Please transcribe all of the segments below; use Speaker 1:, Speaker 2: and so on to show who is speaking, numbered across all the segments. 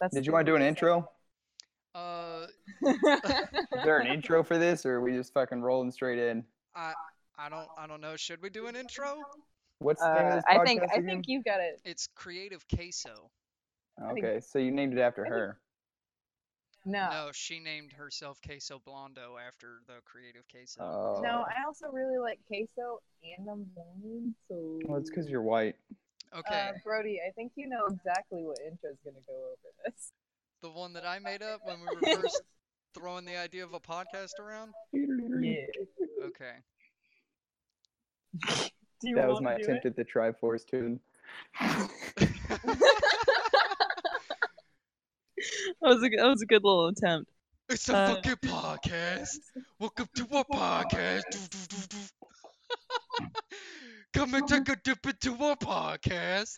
Speaker 1: That's
Speaker 2: Did you want to do an intro?
Speaker 3: Uh,
Speaker 2: Is there an intro for this, or are we just fucking rolling straight in?
Speaker 3: I don't, I don't know. Should we do an intro?
Speaker 2: What's the name of
Speaker 1: Uh,
Speaker 2: this podcast
Speaker 1: I think I
Speaker 2: again?
Speaker 1: think you got it.
Speaker 3: It's Creative Queso.
Speaker 1: think-
Speaker 2: Okay, so you named it after
Speaker 1: I think-
Speaker 2: her.
Speaker 1: No.
Speaker 3: No, she named herself Queso Blondo after the Creative Queso.
Speaker 2: Oh,
Speaker 1: No, I also really like queso and I'm blind, so.
Speaker 2: well, Oh, it's because you're white.
Speaker 3: okay,
Speaker 1: Uh, Brody, I think you know exactly what intro is going to go over this.
Speaker 3: the one that I made up when we were first throwing the idea of a podcast around. Okay.
Speaker 1: Do you
Speaker 2: That was
Speaker 1: wanna
Speaker 2: my
Speaker 1: do
Speaker 2: attempt
Speaker 1: it?
Speaker 2: at the Triforce tune.
Speaker 4: That was a that was a good little attempt.
Speaker 3: It's a
Speaker 4: Uh,
Speaker 3: fucking podcast. Welcome to our podcast. Do, do, do, do. Come and take a dip into our podcast.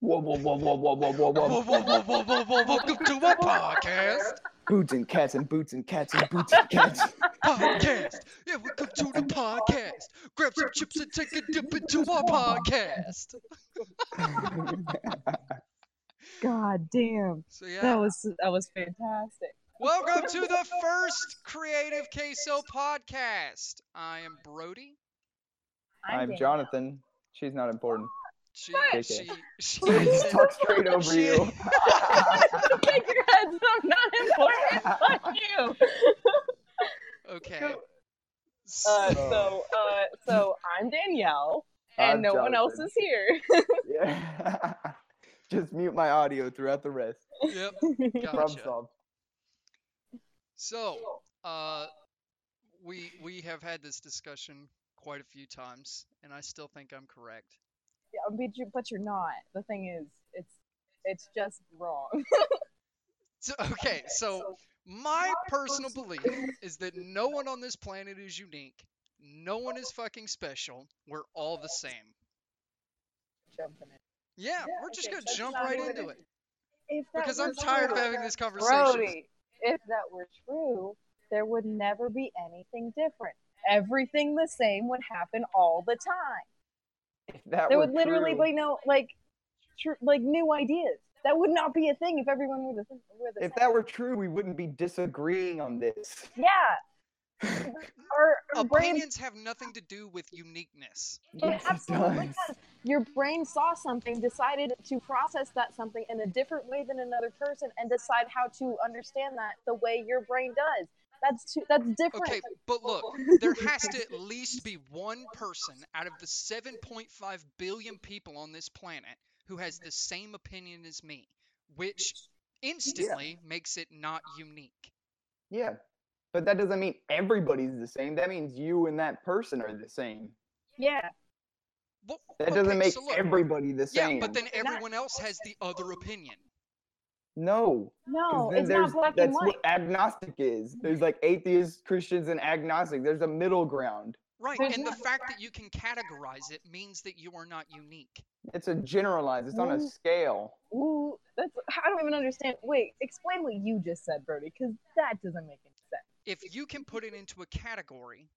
Speaker 2: Whoa, whoa, whoa, whoa, whoa, whoa, whoa,
Speaker 3: Whoa, whoa, whoa, whoa, whoa, whoa. Welcome to our podcast.
Speaker 2: Boots and cats and boots and cats and boots and cats.
Speaker 3: podcast. Yeah, welcome to the podcast. Grab some chips and take a dip into our podcast.
Speaker 4: God damn,
Speaker 3: So yeah,
Speaker 4: that was that was fantastic.
Speaker 3: welcome to the first Creative Queso podcast. I am Brody.
Speaker 2: I'm
Speaker 1: Dan.
Speaker 2: Jonathan. She's not important.
Speaker 3: She,
Speaker 1: What?
Speaker 3: she, she,
Speaker 2: I just talked straight over
Speaker 3: She-
Speaker 2: you.
Speaker 4: Shake your heads. I'm not important. Fuck you.
Speaker 3: okay.
Speaker 1: Uh,
Speaker 3: So-
Speaker 1: so, uh, so I'm Danielle, and
Speaker 2: I'm
Speaker 1: no one else
Speaker 2: Jonathan.
Speaker 1: is here.
Speaker 2: Yeah. just mute my audio throughout the rest.
Speaker 3: yep.
Speaker 2: Problem
Speaker 3: Gotcha.
Speaker 2: solved.
Speaker 3: So, uh, we we have had this discussion quite a few times, and I still think I'm correct.
Speaker 1: yeah, but, you, but you're not. The thing is, it's it's just wrong.
Speaker 3: So, okay, so My personal belief is that no one on this planet is unique. No one is fucking special. We're all the same.
Speaker 1: Jumping in.
Speaker 3: Yeah,
Speaker 1: Yeah,
Speaker 3: we're just
Speaker 1: okay,
Speaker 3: gonna
Speaker 1: that's
Speaker 3: jump
Speaker 1: not
Speaker 3: right
Speaker 1: even
Speaker 3: into
Speaker 1: it.
Speaker 3: it
Speaker 1: If that
Speaker 3: because I'm
Speaker 1: was
Speaker 3: tired of
Speaker 1: true-
Speaker 3: having this conversation.
Speaker 1: Brody, if that were true, there would never be anything different. Everything the same would happen all the time.
Speaker 2: If that
Speaker 1: there
Speaker 2: were
Speaker 1: would literally
Speaker 2: true,
Speaker 1: be no like, tr- like new ideas. That would not be a thing if everyone were the, were the same.
Speaker 2: If that were true, we wouldn't be disagreeing on this.
Speaker 1: yeah, our, our brain,
Speaker 3: Opinions have nothing to do with uniqueness.
Speaker 1: it absolutely
Speaker 2: does.
Speaker 1: does. Your brain saw something, decided to process that something in a different way than another person, and decide how to understand that the way your brain does. That's too, that's different.
Speaker 3: Okay, but look, there has to at least be one person out of the 7.5 billion people on this planet who has the same opinion as me, which instantly makes it not unique.
Speaker 2: Yeah. But that doesn't mean everybody's the same. That means you and that person are the same.
Speaker 1: Yeah.
Speaker 3: Well,
Speaker 2: That doesn't
Speaker 3: okay,
Speaker 2: make
Speaker 3: so look,
Speaker 2: everybody the
Speaker 3: Yeah,
Speaker 2: same.
Speaker 3: but then
Speaker 1: not-
Speaker 3: everyone else has the other opinion.
Speaker 2: no. 'cause
Speaker 1: No,
Speaker 2: then
Speaker 1: it's not
Speaker 2: there's-
Speaker 1: black
Speaker 2: that's
Speaker 1: and white.
Speaker 2: what agnostic is. There's like atheists, Christians, and agnostics. There's a middle ground.
Speaker 3: Right,
Speaker 1: There's
Speaker 3: and the
Speaker 1: not-
Speaker 3: fact that you can categorize it means that you are not unique.
Speaker 2: It's a generalized. It's on a
Speaker 1: Mm.
Speaker 2: scale.
Speaker 1: Ooh, that's I don't even understand. Wait, explain what you just said, Brody, because that doesn't make any sense.
Speaker 3: If you can put it into a category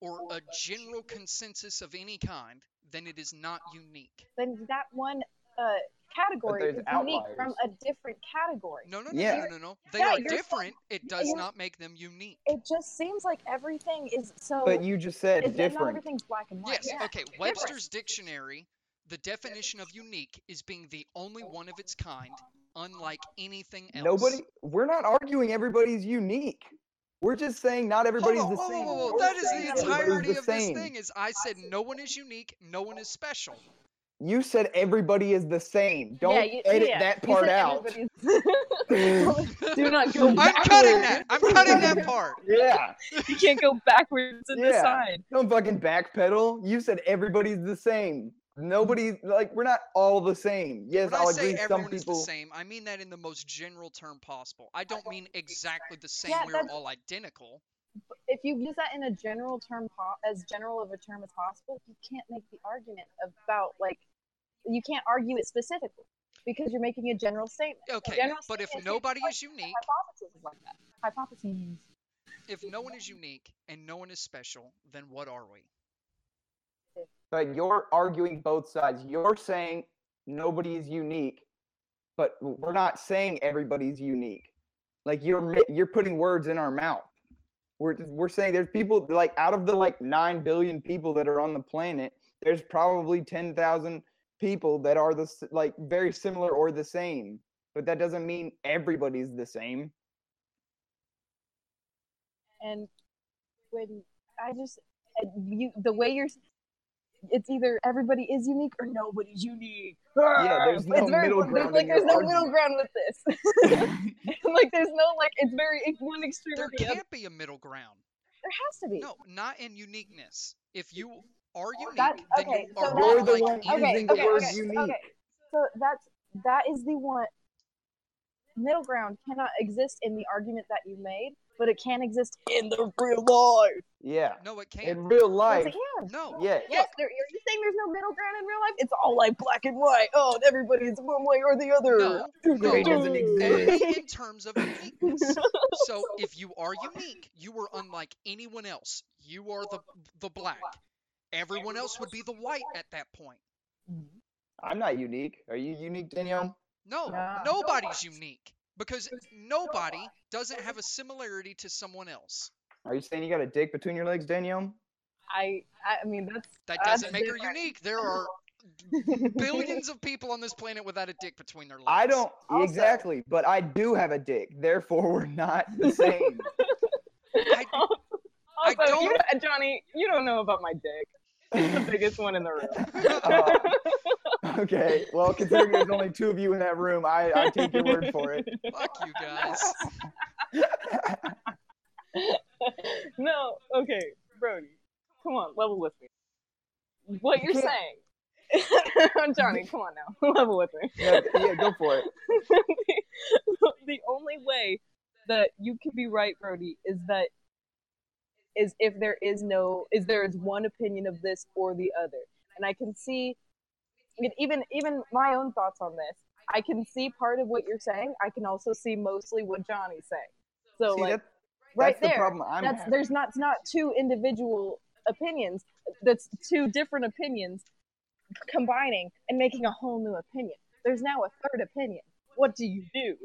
Speaker 3: or a general consensus of any kind, then it is not unique.
Speaker 1: Then that one uh, category
Speaker 2: there's
Speaker 1: is unique from
Speaker 2: outliers.
Speaker 1: a different category.
Speaker 3: No, no, no,
Speaker 2: Yeah.
Speaker 3: no, no, no. They
Speaker 1: Yeah,
Speaker 3: are
Speaker 1: you're-
Speaker 3: different. It does
Speaker 1: you're-
Speaker 3: not make them unique.
Speaker 1: It just seems like everything is so.
Speaker 2: But you just said
Speaker 1: it's like not
Speaker 2: different.
Speaker 1: everything's black and white.
Speaker 3: Yes,
Speaker 1: Yeah.
Speaker 3: okay. Webster's dictionary, the definition of unique is being the only one of its kind, unlike anything else.
Speaker 2: Nobody. We're not arguing everybody's unique. We're just saying not everybody's
Speaker 3: Hold on,
Speaker 2: the
Speaker 3: whoa,
Speaker 2: same.
Speaker 3: whoa, whoa, whoa,
Speaker 2: We're
Speaker 3: That is
Speaker 2: saying
Speaker 3: the
Speaker 2: not everybody's
Speaker 3: entirety
Speaker 2: the
Speaker 3: of this
Speaker 2: same.
Speaker 3: thing. Is I said no one is unique, no one is special.
Speaker 2: You said everybody is the same. Don't
Speaker 1: Yeah, you-
Speaker 2: edit
Speaker 1: yeah,
Speaker 2: that
Speaker 1: you
Speaker 2: part
Speaker 1: said
Speaker 2: out.
Speaker 1: everybody's- Do not go.
Speaker 3: I'm cutting that. I'm cutting that part.
Speaker 2: yeah.
Speaker 4: You can't go backwards and
Speaker 2: Yeah.
Speaker 4: decide.
Speaker 2: Don't fucking backpedal. You said everybody's the same. Nobody like we're not all the same. Yes,
Speaker 3: When
Speaker 2: I'll
Speaker 3: I say
Speaker 2: agree some
Speaker 3: everyone is the
Speaker 2: people.
Speaker 3: same, I mean that in the most general term possible. I don't mean exactly the same.
Speaker 1: Yeah,
Speaker 3: We're
Speaker 1: that's-
Speaker 3: all identical.
Speaker 1: If you use that in a general term, po- as general of a term as possible, you can't make the argument about like you can't argue it specifically because you're making a general statement.
Speaker 3: Okay,
Speaker 1: general
Speaker 3: but if
Speaker 1: statement is
Speaker 3: nobody
Speaker 1: like
Speaker 3: is unique,
Speaker 1: hypothesis is like that. Hypotheses.
Speaker 3: if no one is unique and no one is special, then what are we?
Speaker 2: But you're arguing both sides. You're saying nobody is unique. but we're not saying everybody's unique. Like you're mi- you're putting words in our mouth. We're we're saying there's people like out of the like nine billion people that are on the planet, there's probably ten thousand people that are the s- like very similar or the same. But that doesn't mean everybody's the same.
Speaker 1: and when I just and you the way you're it's either everybody is unique or nobody's unique.
Speaker 2: Yeah, there's
Speaker 1: It's
Speaker 2: no middle
Speaker 1: there's
Speaker 2: ground
Speaker 1: Like
Speaker 2: in
Speaker 1: there's
Speaker 2: your
Speaker 1: no
Speaker 2: argument.
Speaker 1: middle ground with this. like there's no like it's very it's one extreme
Speaker 3: There
Speaker 1: or the other.
Speaker 3: can't be a middle ground.
Speaker 1: There has to be.
Speaker 3: No, not in uniqueness. If you are unique,
Speaker 1: That-
Speaker 3: then
Speaker 1: okay,
Speaker 3: you
Speaker 1: so
Speaker 3: are
Speaker 1: that-
Speaker 2: You're
Speaker 3: not
Speaker 2: the
Speaker 3: like
Speaker 2: one
Speaker 3: you.
Speaker 1: okay,
Speaker 2: using the
Speaker 1: okay,
Speaker 2: word
Speaker 1: okay,
Speaker 2: unique.
Speaker 1: okay. So that's that is the one middle ground cannot exist in the argument that you made, but it can exist in the real life.
Speaker 2: Yeah.
Speaker 3: No, it
Speaker 2: In
Speaker 3: can't.
Speaker 2: real
Speaker 1: Yes,
Speaker 2: life.
Speaker 1: it can.
Speaker 3: No.
Speaker 2: Yeah.
Speaker 1: Yes, there, are you saying there's no middle ground in real life? It's all like black and white. Oh, everybody's one way or the other.
Speaker 3: No, no,
Speaker 2: It doesn't exist.
Speaker 3: only in terms of uniqueness. So if you are unique, you are unlike anyone else. You are the the black. Everyone else would be the white at that point.
Speaker 2: I'm not unique. Are you unique, Danielle?
Speaker 3: No,
Speaker 1: Nah.
Speaker 3: nobody's unique because nobody doesn't have a similarity to someone else.
Speaker 2: Are you saying you got a dick between your legs, Danielle?
Speaker 1: I, I mean, that's
Speaker 3: That
Speaker 1: That's
Speaker 3: doesn't make her
Speaker 1: different.
Speaker 3: unique. There are billions of people on this planet without a dick between their legs.
Speaker 2: I don't
Speaker 1: Also-
Speaker 2: exactly, but I do have a dick. Therefore, we're not the same.
Speaker 3: I,
Speaker 4: also,
Speaker 3: I don't-
Speaker 4: you, Johnny, you don't know about my dick. It's the biggest one in the room.
Speaker 2: Uh, okay. Well, considering there's only two of you in that room, I, I take your word for it.
Speaker 3: fuck you guys.
Speaker 4: No, okay, Brody, come on, level with me. What you're
Speaker 2: You can't-
Speaker 4: saying, Johnny, come on now, level with me.
Speaker 2: Yeah, yeah, go for it.
Speaker 4: the only way that you can be right, Brody, is that is if there is no is there is one opinion of this or the other, and I can see I mean, even even my own thoughts on this.
Speaker 1: I can see part of what you're saying. I can also see mostly what Johnny's saying. So
Speaker 2: See,
Speaker 1: like
Speaker 2: that,
Speaker 1: right
Speaker 2: that's the
Speaker 1: there,
Speaker 2: problem I'm
Speaker 1: that's
Speaker 2: having.
Speaker 1: there's not it's not two individual opinions. That's two different opinions combining and making a whole new opinion. There's now a third opinion. What do you do?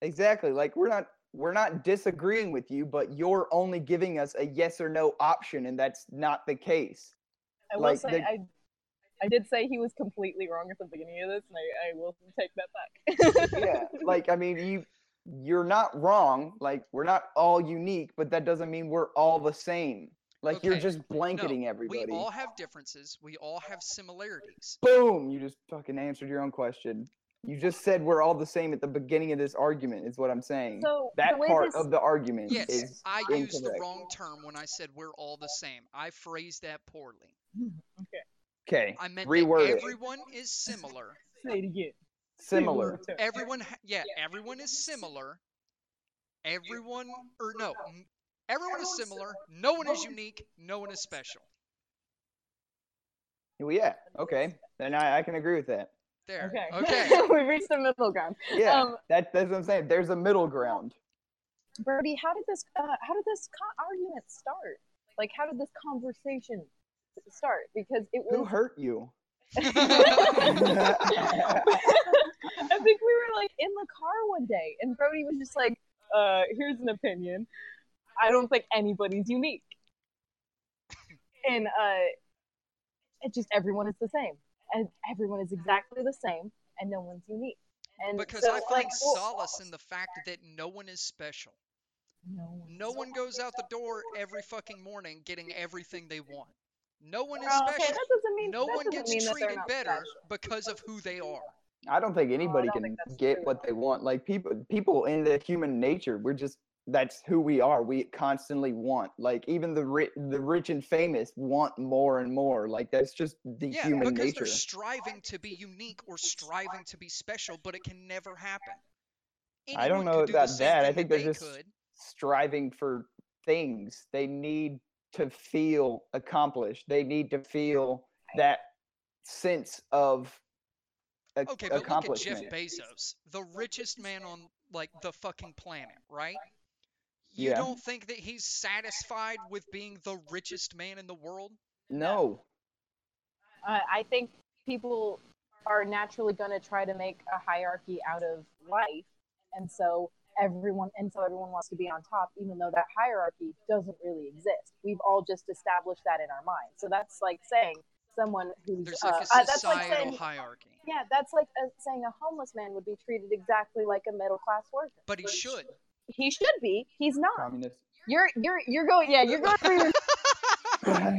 Speaker 2: Exactly. Like we're not we're not disagreeing with you, but you're only giving us a yes or no option, and that's not the case.
Speaker 4: I will
Speaker 2: Like,
Speaker 4: say
Speaker 2: they-
Speaker 4: I I did say he was completely wrong at the beginning of this, and I, I will take that back.
Speaker 2: yeah like i mean you you're not wrong like we're not all unique but that doesn't mean we're all the same like you're
Speaker 3: Okay,
Speaker 2: just blanketing
Speaker 3: We
Speaker 2: everybody
Speaker 3: all have differences. We all have similarities.
Speaker 2: boom you just fucking answered your own question you just said we're all the same at the beginning of this argument is what i'm saying
Speaker 1: So
Speaker 2: Mm. that
Speaker 1: the way
Speaker 2: part
Speaker 1: this,
Speaker 2: of the argument
Speaker 3: Yes,
Speaker 2: is
Speaker 3: I used the
Speaker 2: incorrect.
Speaker 3: wrong term when I said we're all the same. I phrased that poorly.
Speaker 2: okay
Speaker 3: I meant
Speaker 2: Reword
Speaker 3: that
Speaker 2: it.
Speaker 3: everyone is similar.
Speaker 4: Say it again.
Speaker 2: similar
Speaker 3: Everyone, ha- yeah, everyone is similar. Everyone, or no, m- everyone is similar. No one is unique. No one is special.
Speaker 1: Hmm.
Speaker 2: well, yeah okay then I, I can agree with that
Speaker 3: There.
Speaker 4: Okay.
Speaker 3: Okay.
Speaker 4: we reached the middle ground.
Speaker 2: yeah
Speaker 4: Um,
Speaker 2: that, that's what i'm saying there's a middle ground
Speaker 1: Birdie, how did this uh, how did this con- argument start? Like, how did this conversation s- start? Because it
Speaker 2: who
Speaker 1: was
Speaker 2: hurt you
Speaker 1: I think we were like in the car one day, and Brody was just like,
Speaker 4: Uh, here's an opinion. I don't think anybody's unique.
Speaker 1: and uh, it just everyone is the same, and everyone is exactly the same, and no one's unique. And
Speaker 3: because
Speaker 1: so,
Speaker 3: I
Speaker 1: like,
Speaker 3: find
Speaker 1: well,
Speaker 3: solace in the fact that no one is special.
Speaker 1: no one's
Speaker 3: No one goes out the door every fucking morning getting everything they want. No one is
Speaker 1: Oh, okay,
Speaker 3: special.
Speaker 1: that doesn't mean
Speaker 3: No
Speaker 1: that
Speaker 3: one
Speaker 1: doesn't
Speaker 3: gets
Speaker 1: mean that they're
Speaker 3: treated
Speaker 1: not
Speaker 3: better
Speaker 1: special.
Speaker 3: because of who they are.
Speaker 2: I don't think anybody
Speaker 1: don't
Speaker 2: can
Speaker 1: think that's
Speaker 2: get
Speaker 1: true.
Speaker 2: what they want. Like people, people in the human nature, we're just that's who we are. We constantly want. Like even the rich, the rich and famous want more and more. Like that's just the
Speaker 3: Yeah,
Speaker 2: human
Speaker 3: because
Speaker 2: nature.
Speaker 3: they're striving to be unique or striving to be special, but it can never happen.
Speaker 2: I don't
Speaker 3: Anyone
Speaker 2: know
Speaker 3: could do the
Speaker 2: about
Speaker 3: same
Speaker 2: that. I
Speaker 3: thing
Speaker 2: think they're
Speaker 3: they
Speaker 2: just-
Speaker 3: could.
Speaker 2: Striving for things, they need to feel accomplished. They need to feel that sense of a-
Speaker 3: Okay, but look at Jeff
Speaker 2: accomplishment.
Speaker 3: Bezos, the richest man on like the fucking planet, right? You
Speaker 2: Yeah.
Speaker 3: don't think that he's satisfied with being the richest man in the world?
Speaker 2: no,
Speaker 1: Uh, I think people are naturally going to try to make a hierarchy out of life and so everyone and so everyone wants to be on top even though that hierarchy doesn't really exist we've all just established that in our mind so that's like saying someone who's
Speaker 3: There's
Speaker 1: uh,
Speaker 3: like a
Speaker 1: uh, that's like
Speaker 3: societal
Speaker 1: saying,
Speaker 3: hierarchy.
Speaker 1: yeah that's like uh saying a homeless man would be treated exactly like a middle class worker
Speaker 3: But he should.
Speaker 1: he should be he's not
Speaker 2: Communist.
Speaker 1: you're you're you're going yeah you're going for your
Speaker 4: We're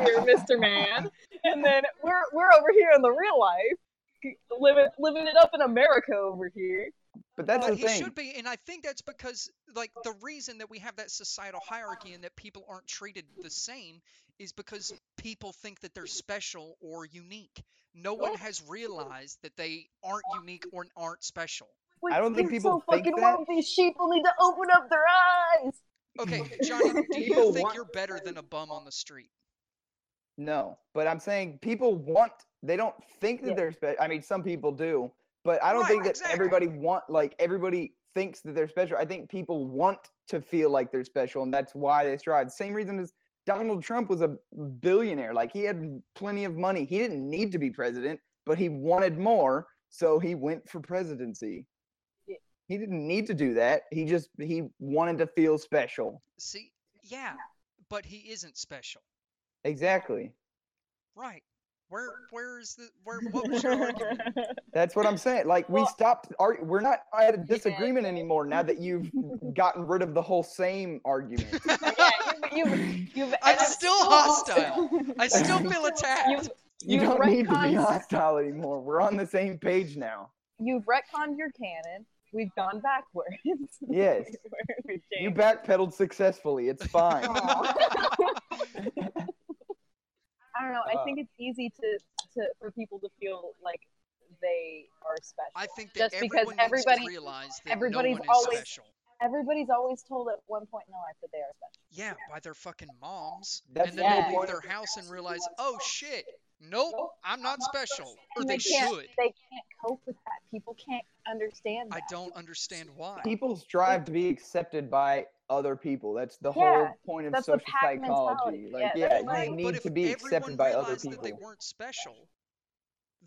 Speaker 4: here, Mr. Man. And then we're we're over here in the real life, living living it up in America over here.
Speaker 2: but that's
Speaker 3: but
Speaker 2: the
Speaker 3: he
Speaker 2: thing.
Speaker 3: should be, and I think that's because like the reason that we have that societal hierarchy and that people aren't treated the same is because people think that they're special or unique. No one has realized that they aren't unique or aren't special.
Speaker 1: Wait,
Speaker 2: I don't think
Speaker 1: you're
Speaker 2: people
Speaker 1: so
Speaker 2: think
Speaker 1: fucking
Speaker 2: that.
Speaker 1: woke. These sheeple need to open up their eyes.
Speaker 3: Okay, Johnny, do you
Speaker 2: People
Speaker 3: think
Speaker 2: want-
Speaker 3: you're better than a bum on the street?
Speaker 2: No, but I'm saying people want. They don't think that
Speaker 1: Yeah.
Speaker 2: they're special. I mean, some people do, but I don't
Speaker 3: Right,
Speaker 2: think that
Speaker 3: exactly.
Speaker 2: everybody want. Like everybody thinks that they're special. I think people want to feel like they're special, and that's why they strive. Same reason as Donald Trump was a billionaire. Like he had plenty of money. He didn't need to be president, but he wanted more, so he went for presidency.
Speaker 1: Yeah.
Speaker 2: He didn't need to do that. He just he wanted to feel special.
Speaker 3: See, yeah, but he isn't special,
Speaker 2: Exactly.
Speaker 3: right? Where, where is the where? What was your argument?
Speaker 2: That's what I'm saying. Like we
Speaker 1: Well-
Speaker 2: stopped. Ar- we're not at a
Speaker 1: Yeah.
Speaker 2: disagreement anymore now that you've gotten rid of the whole same argument.
Speaker 1: yeah, you, you, you've,
Speaker 3: I'm
Speaker 1: and
Speaker 3: still hostile. I still feel attacked.
Speaker 1: You've,
Speaker 2: You
Speaker 1: You've
Speaker 2: don't need to be
Speaker 1: retconned-
Speaker 2: hostile anymore. We're on the same page now.
Speaker 1: you've retconned your canon. We've gone backwards.
Speaker 2: Yes.
Speaker 1: We're
Speaker 2: You
Speaker 1: ashamed.
Speaker 2: backpedaled successfully. It's fine.
Speaker 1: Oh. I don't know. I
Speaker 2: Uh.
Speaker 1: think it's easy to, to for people to feel like they are special.
Speaker 3: I think that
Speaker 1: Just because
Speaker 3: everyone needs to
Speaker 1: everybody-
Speaker 3: realize that
Speaker 1: everybody's
Speaker 3: no one is
Speaker 1: always-
Speaker 3: special.
Speaker 1: Everybody's always told at one point in their life that they are special.
Speaker 3: Yeah, by their fucking moms.
Speaker 2: That's
Speaker 3: and then
Speaker 1: Yeah.
Speaker 3: they leave their house and realize, oh shit, nope, I'm not special. Or
Speaker 1: And
Speaker 3: they
Speaker 1: they can't-
Speaker 3: should.
Speaker 1: They can't cope with that. People can't understand that.
Speaker 3: I don't understand why.
Speaker 2: People strive to be accepted by other people. That's the whole
Speaker 1: Yeah,
Speaker 2: point of
Speaker 1: that's the
Speaker 2: social
Speaker 1: pack
Speaker 2: psychology.
Speaker 1: mentality.
Speaker 2: Like,
Speaker 1: Yeah,
Speaker 2: yeah,
Speaker 1: that's
Speaker 2: you
Speaker 1: right.
Speaker 2: need
Speaker 3: but if
Speaker 2: to be
Speaker 3: everyone
Speaker 2: accepted by other
Speaker 3: realized that they
Speaker 2: people.
Speaker 3: weren't special,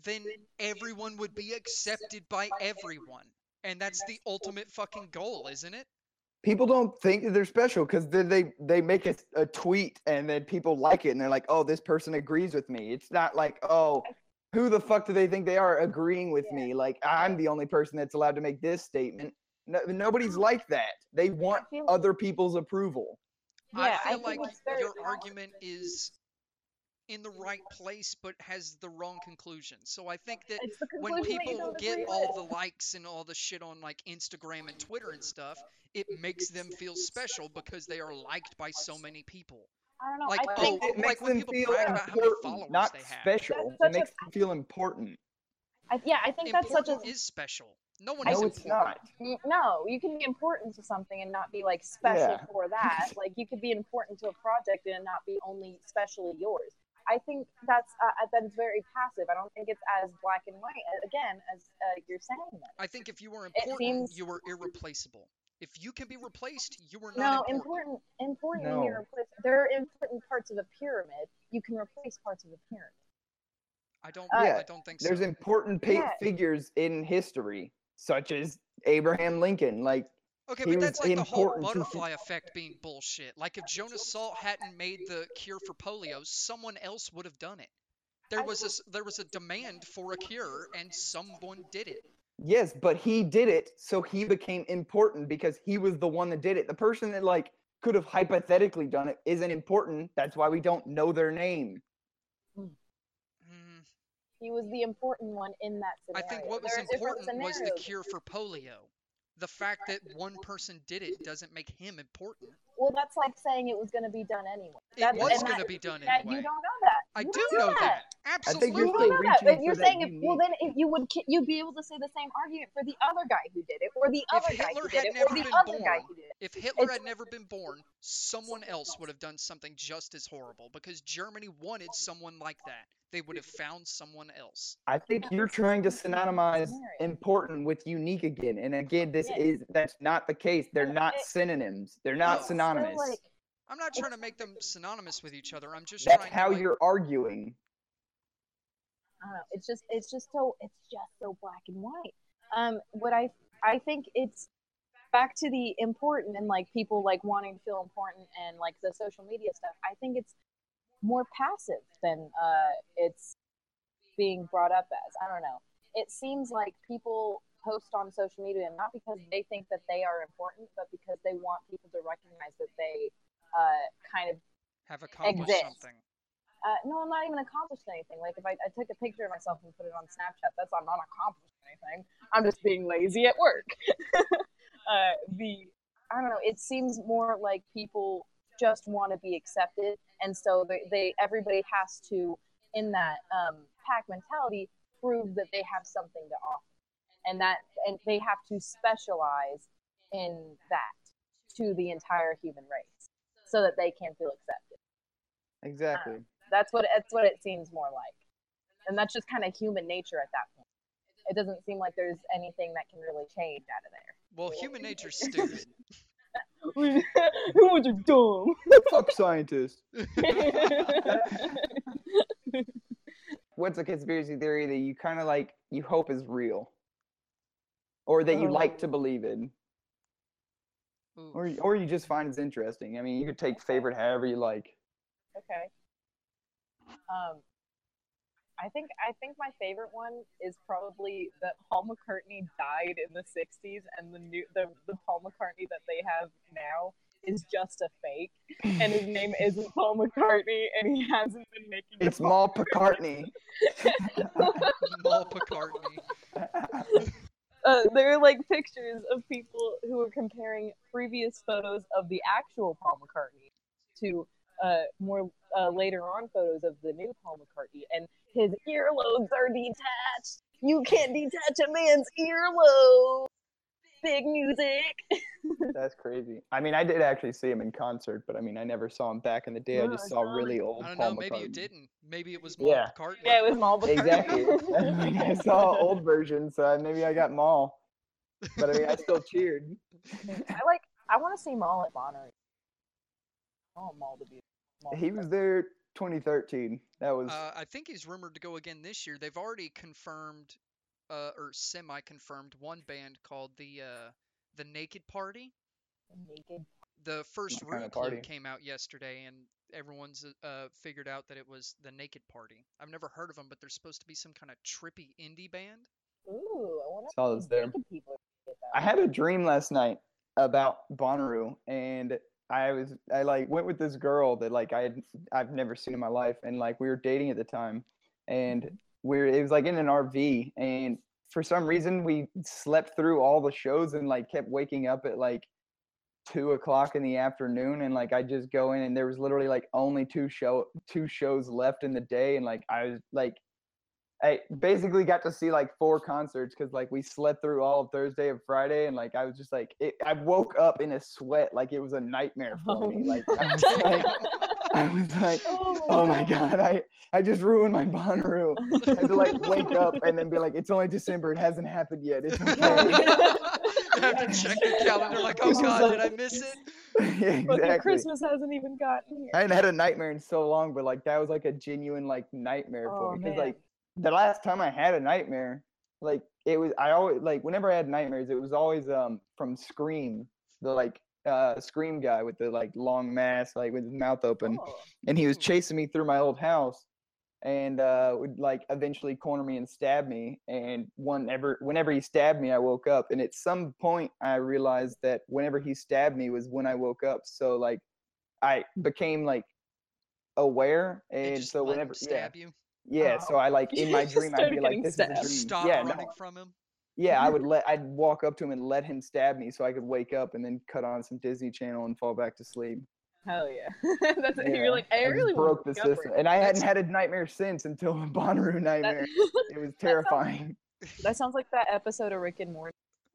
Speaker 3: then everyone would be accepted by everyone. And that's the ultimate fucking goal, isn't it?
Speaker 2: People don't think that they're special because then they they make a, a tweet and then people like it and they're like, oh, this person agrees with me. It's not like, oh, who the fuck do they think they are agreeing with
Speaker 1: Yeah.
Speaker 2: me? Like I'm the only person that's allowed to make this statement. No, nobody's like that. They want
Speaker 1: feel-
Speaker 2: other people's approval.
Speaker 1: Yeah,
Speaker 3: I
Speaker 1: I
Speaker 3: feel
Speaker 1: think
Speaker 3: like
Speaker 1: it's very
Speaker 3: your
Speaker 1: valid.
Speaker 3: argument is in the right place but has the wrong conclusion. So I think that
Speaker 1: It's the
Speaker 3: when
Speaker 1: conclusion that you
Speaker 3: people
Speaker 1: don't
Speaker 3: get
Speaker 1: agree
Speaker 3: all
Speaker 1: with.
Speaker 3: the likes and all the shit on like Instagram and Twitter and stuff, it makes them feel special because they are liked by so many people.
Speaker 1: I don't know.
Speaker 3: like,
Speaker 1: I
Speaker 3: oh,
Speaker 1: think
Speaker 2: It makes
Speaker 3: like when
Speaker 2: them
Speaker 3: people
Speaker 2: feel
Speaker 3: brag about how many followers
Speaker 2: important, not
Speaker 3: they have.
Speaker 2: special. It
Speaker 1: That's such a-
Speaker 2: makes them feel important.
Speaker 1: I, yeah, I think that's such a
Speaker 3: Important is special. No one is
Speaker 2: No, it's
Speaker 3: important.
Speaker 2: not.
Speaker 1: N- no you can be important to something and not be like special
Speaker 2: Yeah.
Speaker 1: for that like you could be important to a project and not be only specially yours i think that's uh, that is very passive i don't think it's as black and white uh, again as uh, you're saying that
Speaker 3: I think if you were important,
Speaker 1: seems-
Speaker 3: you were irreplaceable. If you can be replaced, you were
Speaker 1: no
Speaker 3: not important.
Speaker 1: important important
Speaker 2: No.
Speaker 1: when you replace there are important parts of a pyramid you can replace parts of a pyramid
Speaker 3: I don't.
Speaker 1: Uh,
Speaker 3: I don't think so.
Speaker 2: There's important pa-
Speaker 1: Yeah.
Speaker 2: figures in history, such as Abraham Lincoln. Like
Speaker 3: Okay,
Speaker 2: He
Speaker 3: but
Speaker 2: was
Speaker 3: that's like the whole
Speaker 2: important to-
Speaker 3: butterfly effect being bullshit. Like if Jonas Salk hadn't made the cure for polio, someone else would have done it. There was a s- there was a demand for a cure, and someone did it.
Speaker 2: Yes, but he did it, so he became important because he was the one that did it. The person that like could have hypothetically done it isn't important. That's why we don't know their name.
Speaker 3: Mm,
Speaker 1: he was the important one in that
Speaker 3: I
Speaker 1: scenario.
Speaker 3: think what was
Speaker 1: There are different
Speaker 3: important was the
Speaker 1: scenarios.
Speaker 3: cure for polio. The fact that one person did it doesn't make him important.
Speaker 1: Well, that's like saying it was going to be done anyway.
Speaker 3: It
Speaker 1: That's-
Speaker 3: was
Speaker 1: and
Speaker 3: going to
Speaker 1: that-
Speaker 3: be done
Speaker 1: that
Speaker 3: anyway.
Speaker 1: you don't know that.
Speaker 3: I
Speaker 1: You
Speaker 3: do
Speaker 1: don't
Speaker 3: know that.
Speaker 2: I think
Speaker 3: Absolutely.
Speaker 2: you're
Speaker 1: You
Speaker 2: still
Speaker 1: don't know that,
Speaker 2: reaching
Speaker 1: but
Speaker 2: for
Speaker 1: you're
Speaker 2: that
Speaker 1: saying if, well,
Speaker 2: unique-
Speaker 1: then if you would ki- you'd be able to say the same argument for the other guy who did it, or the
Speaker 3: If
Speaker 1: other guy
Speaker 3: Hitler
Speaker 1: who
Speaker 3: had
Speaker 1: did it,
Speaker 3: never
Speaker 1: or the
Speaker 3: been
Speaker 1: other guy
Speaker 3: born,
Speaker 1: who did it.
Speaker 3: If Hitler
Speaker 1: It's-
Speaker 3: had never been born, someone else would have done something just as horrible because Germany wanted someone like that. They would have found someone else.
Speaker 2: I think you're trying to synonymize
Speaker 1: Merit.
Speaker 2: important with unique again. And again, this
Speaker 1: Yes.
Speaker 2: is that's not the case. They're
Speaker 1: And
Speaker 2: not
Speaker 1: it-
Speaker 2: synonyms. They're
Speaker 1: It's
Speaker 2: not
Speaker 1: so,
Speaker 2: synonymous.
Speaker 1: like,
Speaker 3: I'm not trying to make them synonymous with each other. I'm just
Speaker 2: That's
Speaker 3: trying
Speaker 2: how
Speaker 3: to like,
Speaker 2: you're arguing.
Speaker 1: I don't know. It's just it's just so it's just so black and white. Um, what I I think it's back to the important and like people like wanting to feel important and like the social media stuff. I think it's more passive than uh, it's being brought up as. I don't know. It seems like people post on social media not because they think that they are important, but because they want people to recognize that they uh, kind of
Speaker 3: have accomplished
Speaker 1: Exist.
Speaker 3: something.
Speaker 1: uh, no, I'm not even accomplishing anything. Like if I, I took a picture of myself and put it on Snapchat, that's I'm not accomplishing anything. I'm just being lazy at work. uh, the I don't know. It seems more like people just want to be accepted, and so they, they everybody has to in that um, pack mentality prove that they have something to offer, and that and they have to specialize in that to the entire human race so that they can feel accepted.
Speaker 2: Exactly.
Speaker 1: That's what that's what it seems more like, and that's just kind of human nature at that point. It doesn't seem like there's anything that can really change out of there.
Speaker 3: Well, human nature's stupid.
Speaker 4: Who was you dumb?
Speaker 2: Fuck scientists. What's a conspiracy theory that you kind of like, you hope is real? Or that you like
Speaker 3: Um
Speaker 2: to believe in?
Speaker 3: Ooh.
Speaker 2: Or, or you just find it's interesting? I mean, you could take favorite however you like.
Speaker 1: okay. Um, I think I think my favorite one is probably that Paul McCartney died in the '60s, and the new the, the Paul McCartney that they have now is just a fake, and his name isn't Paul McCartney, and he hasn't been making. the
Speaker 2: It's
Speaker 1: Paul-
Speaker 2: Maul McCartney.
Speaker 3: Paul McCartney.
Speaker 4: Uh, there are like pictures of people who are comparing previous photos of the actual Paul McCartney to uh, more uh, later on photos of the new Paul McCartney, and his earlobes are detached. You can't detach a man's earlobe. Big music.
Speaker 2: That's crazy. I mean, I did actually see him in concert, but I mean, I never saw him back in the day. I
Speaker 4: No,
Speaker 2: just saw
Speaker 4: sorry.
Speaker 2: really old
Speaker 3: I don't know.
Speaker 2: Paul
Speaker 3: Maybe you
Speaker 2: McCartney.
Speaker 3: didn't. Maybe it was Paul
Speaker 2: Yeah.
Speaker 3: McCartney.
Speaker 4: Yeah, it was Paul McCartney.
Speaker 2: Exactly. I, mean, I saw old version, so I- maybe I got Maul. But I mean, I still cheered.
Speaker 1: I like. I want to see Maul at Bonner. I want Maul to be. Maul
Speaker 2: He was there 2013. That was
Speaker 3: Uh, I think he's rumored to go again this year. They've already confirmed, uh, or semi-confirmed, one band called the uh, the Naked Party.
Speaker 1: naked.
Speaker 3: The first
Speaker 2: What kinda
Speaker 3: root clue
Speaker 2: party?
Speaker 3: came out yesterday, and everyone's uh, uh, figured out that it was the Naked Party. I've never heard of them, but they're supposed to be some kind of trippy indie band.
Speaker 1: Ooh, I want
Speaker 2: saw this there.
Speaker 1: naked people. Get that.
Speaker 2: I had a dream last night about Bonnaroo, and I was I like went with this girl that like I had I've never seen in my life, and like we were dating at the time, and we are it was like in an RV, and for some reason we slept through all the shows and like kept waking up at like two o'clock in the afternoon and like i just go in and there was literally like only two show two shows left in the day and like i was like I basically got to see like four concerts because like we slept through all of Thursday and Friday, and like I was just like it, I woke up in a sweat, like it was a nightmare for
Speaker 4: Oh,
Speaker 2: me. Like I was
Speaker 3: Oh.
Speaker 2: like, I was like oh my god, I I just ruined my Bonnaroo. I had to like wake up and then be like, it's only December, it hasn't happened yet. It's okay.
Speaker 3: I have to check the calendar, like, oh
Speaker 2: This was
Speaker 3: god, did I
Speaker 2: like-
Speaker 3: miss it?
Speaker 2: yeah,
Speaker 4: Fucking
Speaker 2: exactly.
Speaker 4: Christmas hasn't even gotten here.
Speaker 2: I hadn't had a nightmare in so long, but like that was like a genuine like nightmare
Speaker 4: Oh,
Speaker 2: for me because
Speaker 4: man.
Speaker 2: like the last time I had a nightmare, like it was I always like whenever I had nightmares, it was always um from Scream, the like uh Scream guy with the like long mask, like with his mouth open,
Speaker 1: Oh,
Speaker 2: and he was
Speaker 3: Ooh.
Speaker 2: chasing me through my old house, and uh would like eventually corner me and stab me. And whenever whenever he stabbed me, I woke up, and at some point I realized that whenever he stabbed me was when I woke up. So like. I became like aware,
Speaker 3: They
Speaker 2: and
Speaker 3: just
Speaker 2: so
Speaker 3: let him
Speaker 2: whenever yeah,
Speaker 3: stab Oh, you,
Speaker 2: yeah, so I like in my
Speaker 4: Just
Speaker 2: dream I'd
Speaker 4: started
Speaker 2: be like,
Speaker 4: getting
Speaker 2: this
Speaker 4: stabbed.
Speaker 2: is a dream.
Speaker 3: stop
Speaker 2: Yeah,
Speaker 3: running
Speaker 2: no,
Speaker 3: from him.
Speaker 2: yeah, I would let I'd walk up to him and let him stab me so I could wake up and then cut on some Disney Channel and fall back to sleep.
Speaker 4: Hell yeah. That's it.
Speaker 2: Yeah,
Speaker 4: You're like, I,
Speaker 2: just
Speaker 4: really wanna
Speaker 2: broke the
Speaker 4: wake up right
Speaker 2: system, and I hadn't had
Speaker 3: That's-
Speaker 2: a nightmare since until a Bonnaroo nightmare. it was terrifying.
Speaker 4: That sounds like that episode of Rick and Morty